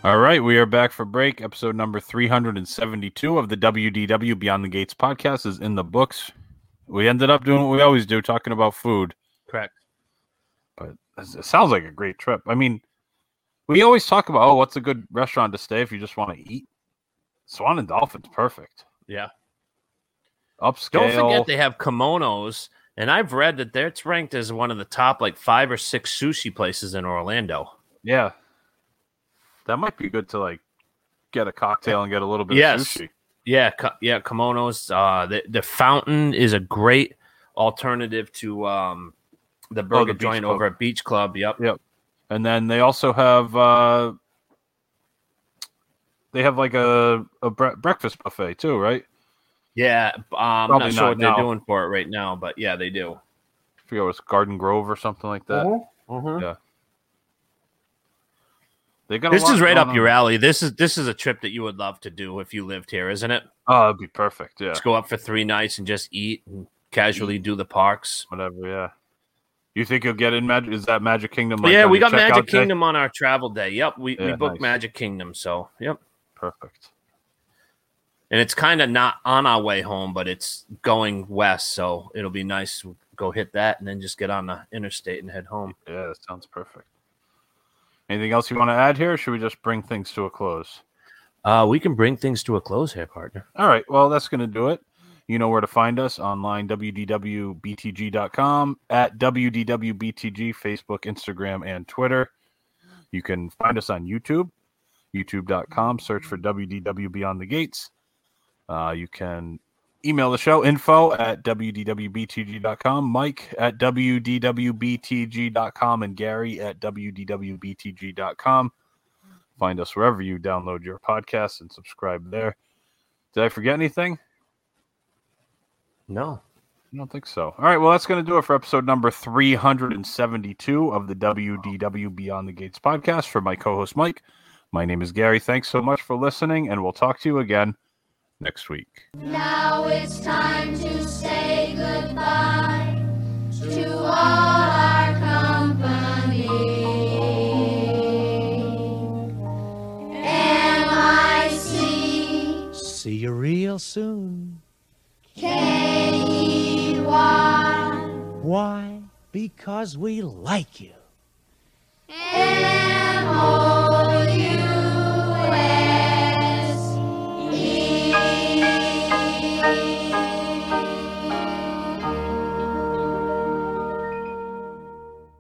[SPEAKER 4] All right, we are back for break. Episode number 372 of the WDW Beyond the Gates podcast is in the books. We ended up doing what we always do, talking about food.
[SPEAKER 5] Correct.
[SPEAKER 4] But it sounds like a great trip. I mean, we always talk about, oh, what's a good restaurant to stay if you just want to eat? Swan and Dolphin's perfect.
[SPEAKER 5] Yeah.
[SPEAKER 4] Upscale.
[SPEAKER 5] Don't forget they have kimonos, and I've read that that's ranked as one of the top like five or six sushi places in Orlando.
[SPEAKER 4] Yeah. That might be good to like get a cocktail and get a little bit of
[SPEAKER 5] Yes.
[SPEAKER 4] sushi.
[SPEAKER 5] Yeah, ki- yeah, kimonos. Uh, the the fountain is a great alternative to um the burger
[SPEAKER 4] Oh, Beach
[SPEAKER 5] joint
[SPEAKER 4] Club.
[SPEAKER 5] over at Beach Club. Yep.
[SPEAKER 4] Yep. And then they also have uh they have like a a bre- breakfast buffet too, right?
[SPEAKER 5] Yeah, um, I'm
[SPEAKER 4] Probably
[SPEAKER 5] not sure
[SPEAKER 4] not
[SPEAKER 5] what they're
[SPEAKER 4] now.
[SPEAKER 5] doing for it right now, but yeah, they do.
[SPEAKER 4] I forget what it's Garden Grove or something like
[SPEAKER 5] Oh.
[SPEAKER 4] that. mm-hmm. They got a
[SPEAKER 5] This
[SPEAKER 4] lot
[SPEAKER 5] is right
[SPEAKER 4] going
[SPEAKER 5] up your
[SPEAKER 4] on.
[SPEAKER 5] alley. This is this is a trip that you would love to do if you lived here, isn't it?
[SPEAKER 4] Oh, it'd be perfect. Yeah, Mm.
[SPEAKER 5] Just go up for three nights and just eat and casually do the parks.
[SPEAKER 4] whatever. Yeah. You think you'll get in Magic? Is that Magic Kingdom?
[SPEAKER 5] But yeah,
[SPEAKER 4] on
[SPEAKER 5] we
[SPEAKER 4] your
[SPEAKER 5] got
[SPEAKER 4] checkout
[SPEAKER 5] Magic
[SPEAKER 4] day?
[SPEAKER 5] Kingdom on our travel day. Yep, we, we
[SPEAKER 4] Yeah,
[SPEAKER 5] booked
[SPEAKER 4] nice.
[SPEAKER 5] Magic Kingdom, so yep.
[SPEAKER 4] Perfect.
[SPEAKER 5] and it's kind of not on our way home, but it's going west, so it'll be nice to go hit that and then just get on the interstate and head home.
[SPEAKER 4] Yeah, that sounds perfect. Anything else you want to add here? Or should we just bring things to a close?
[SPEAKER 5] Uh, we can bring things to a close here, partner.
[SPEAKER 4] All right. Well, that's going to do it. You know where to find us online, wdwbtg.com, at wdwbtg, Facebook, Instagram, and Twitter. You can find us on YouTube, youtube.com, search for WDW Beyond the Gates. Uh, you can Email the show info at wdwbtg.com, Mike at wdwbtg.com, and Gary at wdwbtg.com. Find us wherever you download your podcasts and subscribe there. Did I forget anything?
[SPEAKER 5] No.
[SPEAKER 4] I don't think so. All right, well, that's going to do it for episode number 372 of the WDW Beyond the Gates podcast. For my co host, Mike, my name is Gary. Thanks so much for listening, and we'll talk to you again next week.
[SPEAKER 8] Now it's time to say goodbye to all our company. M-I-C. See you real soon. K-E-Y. Why? Because we like you.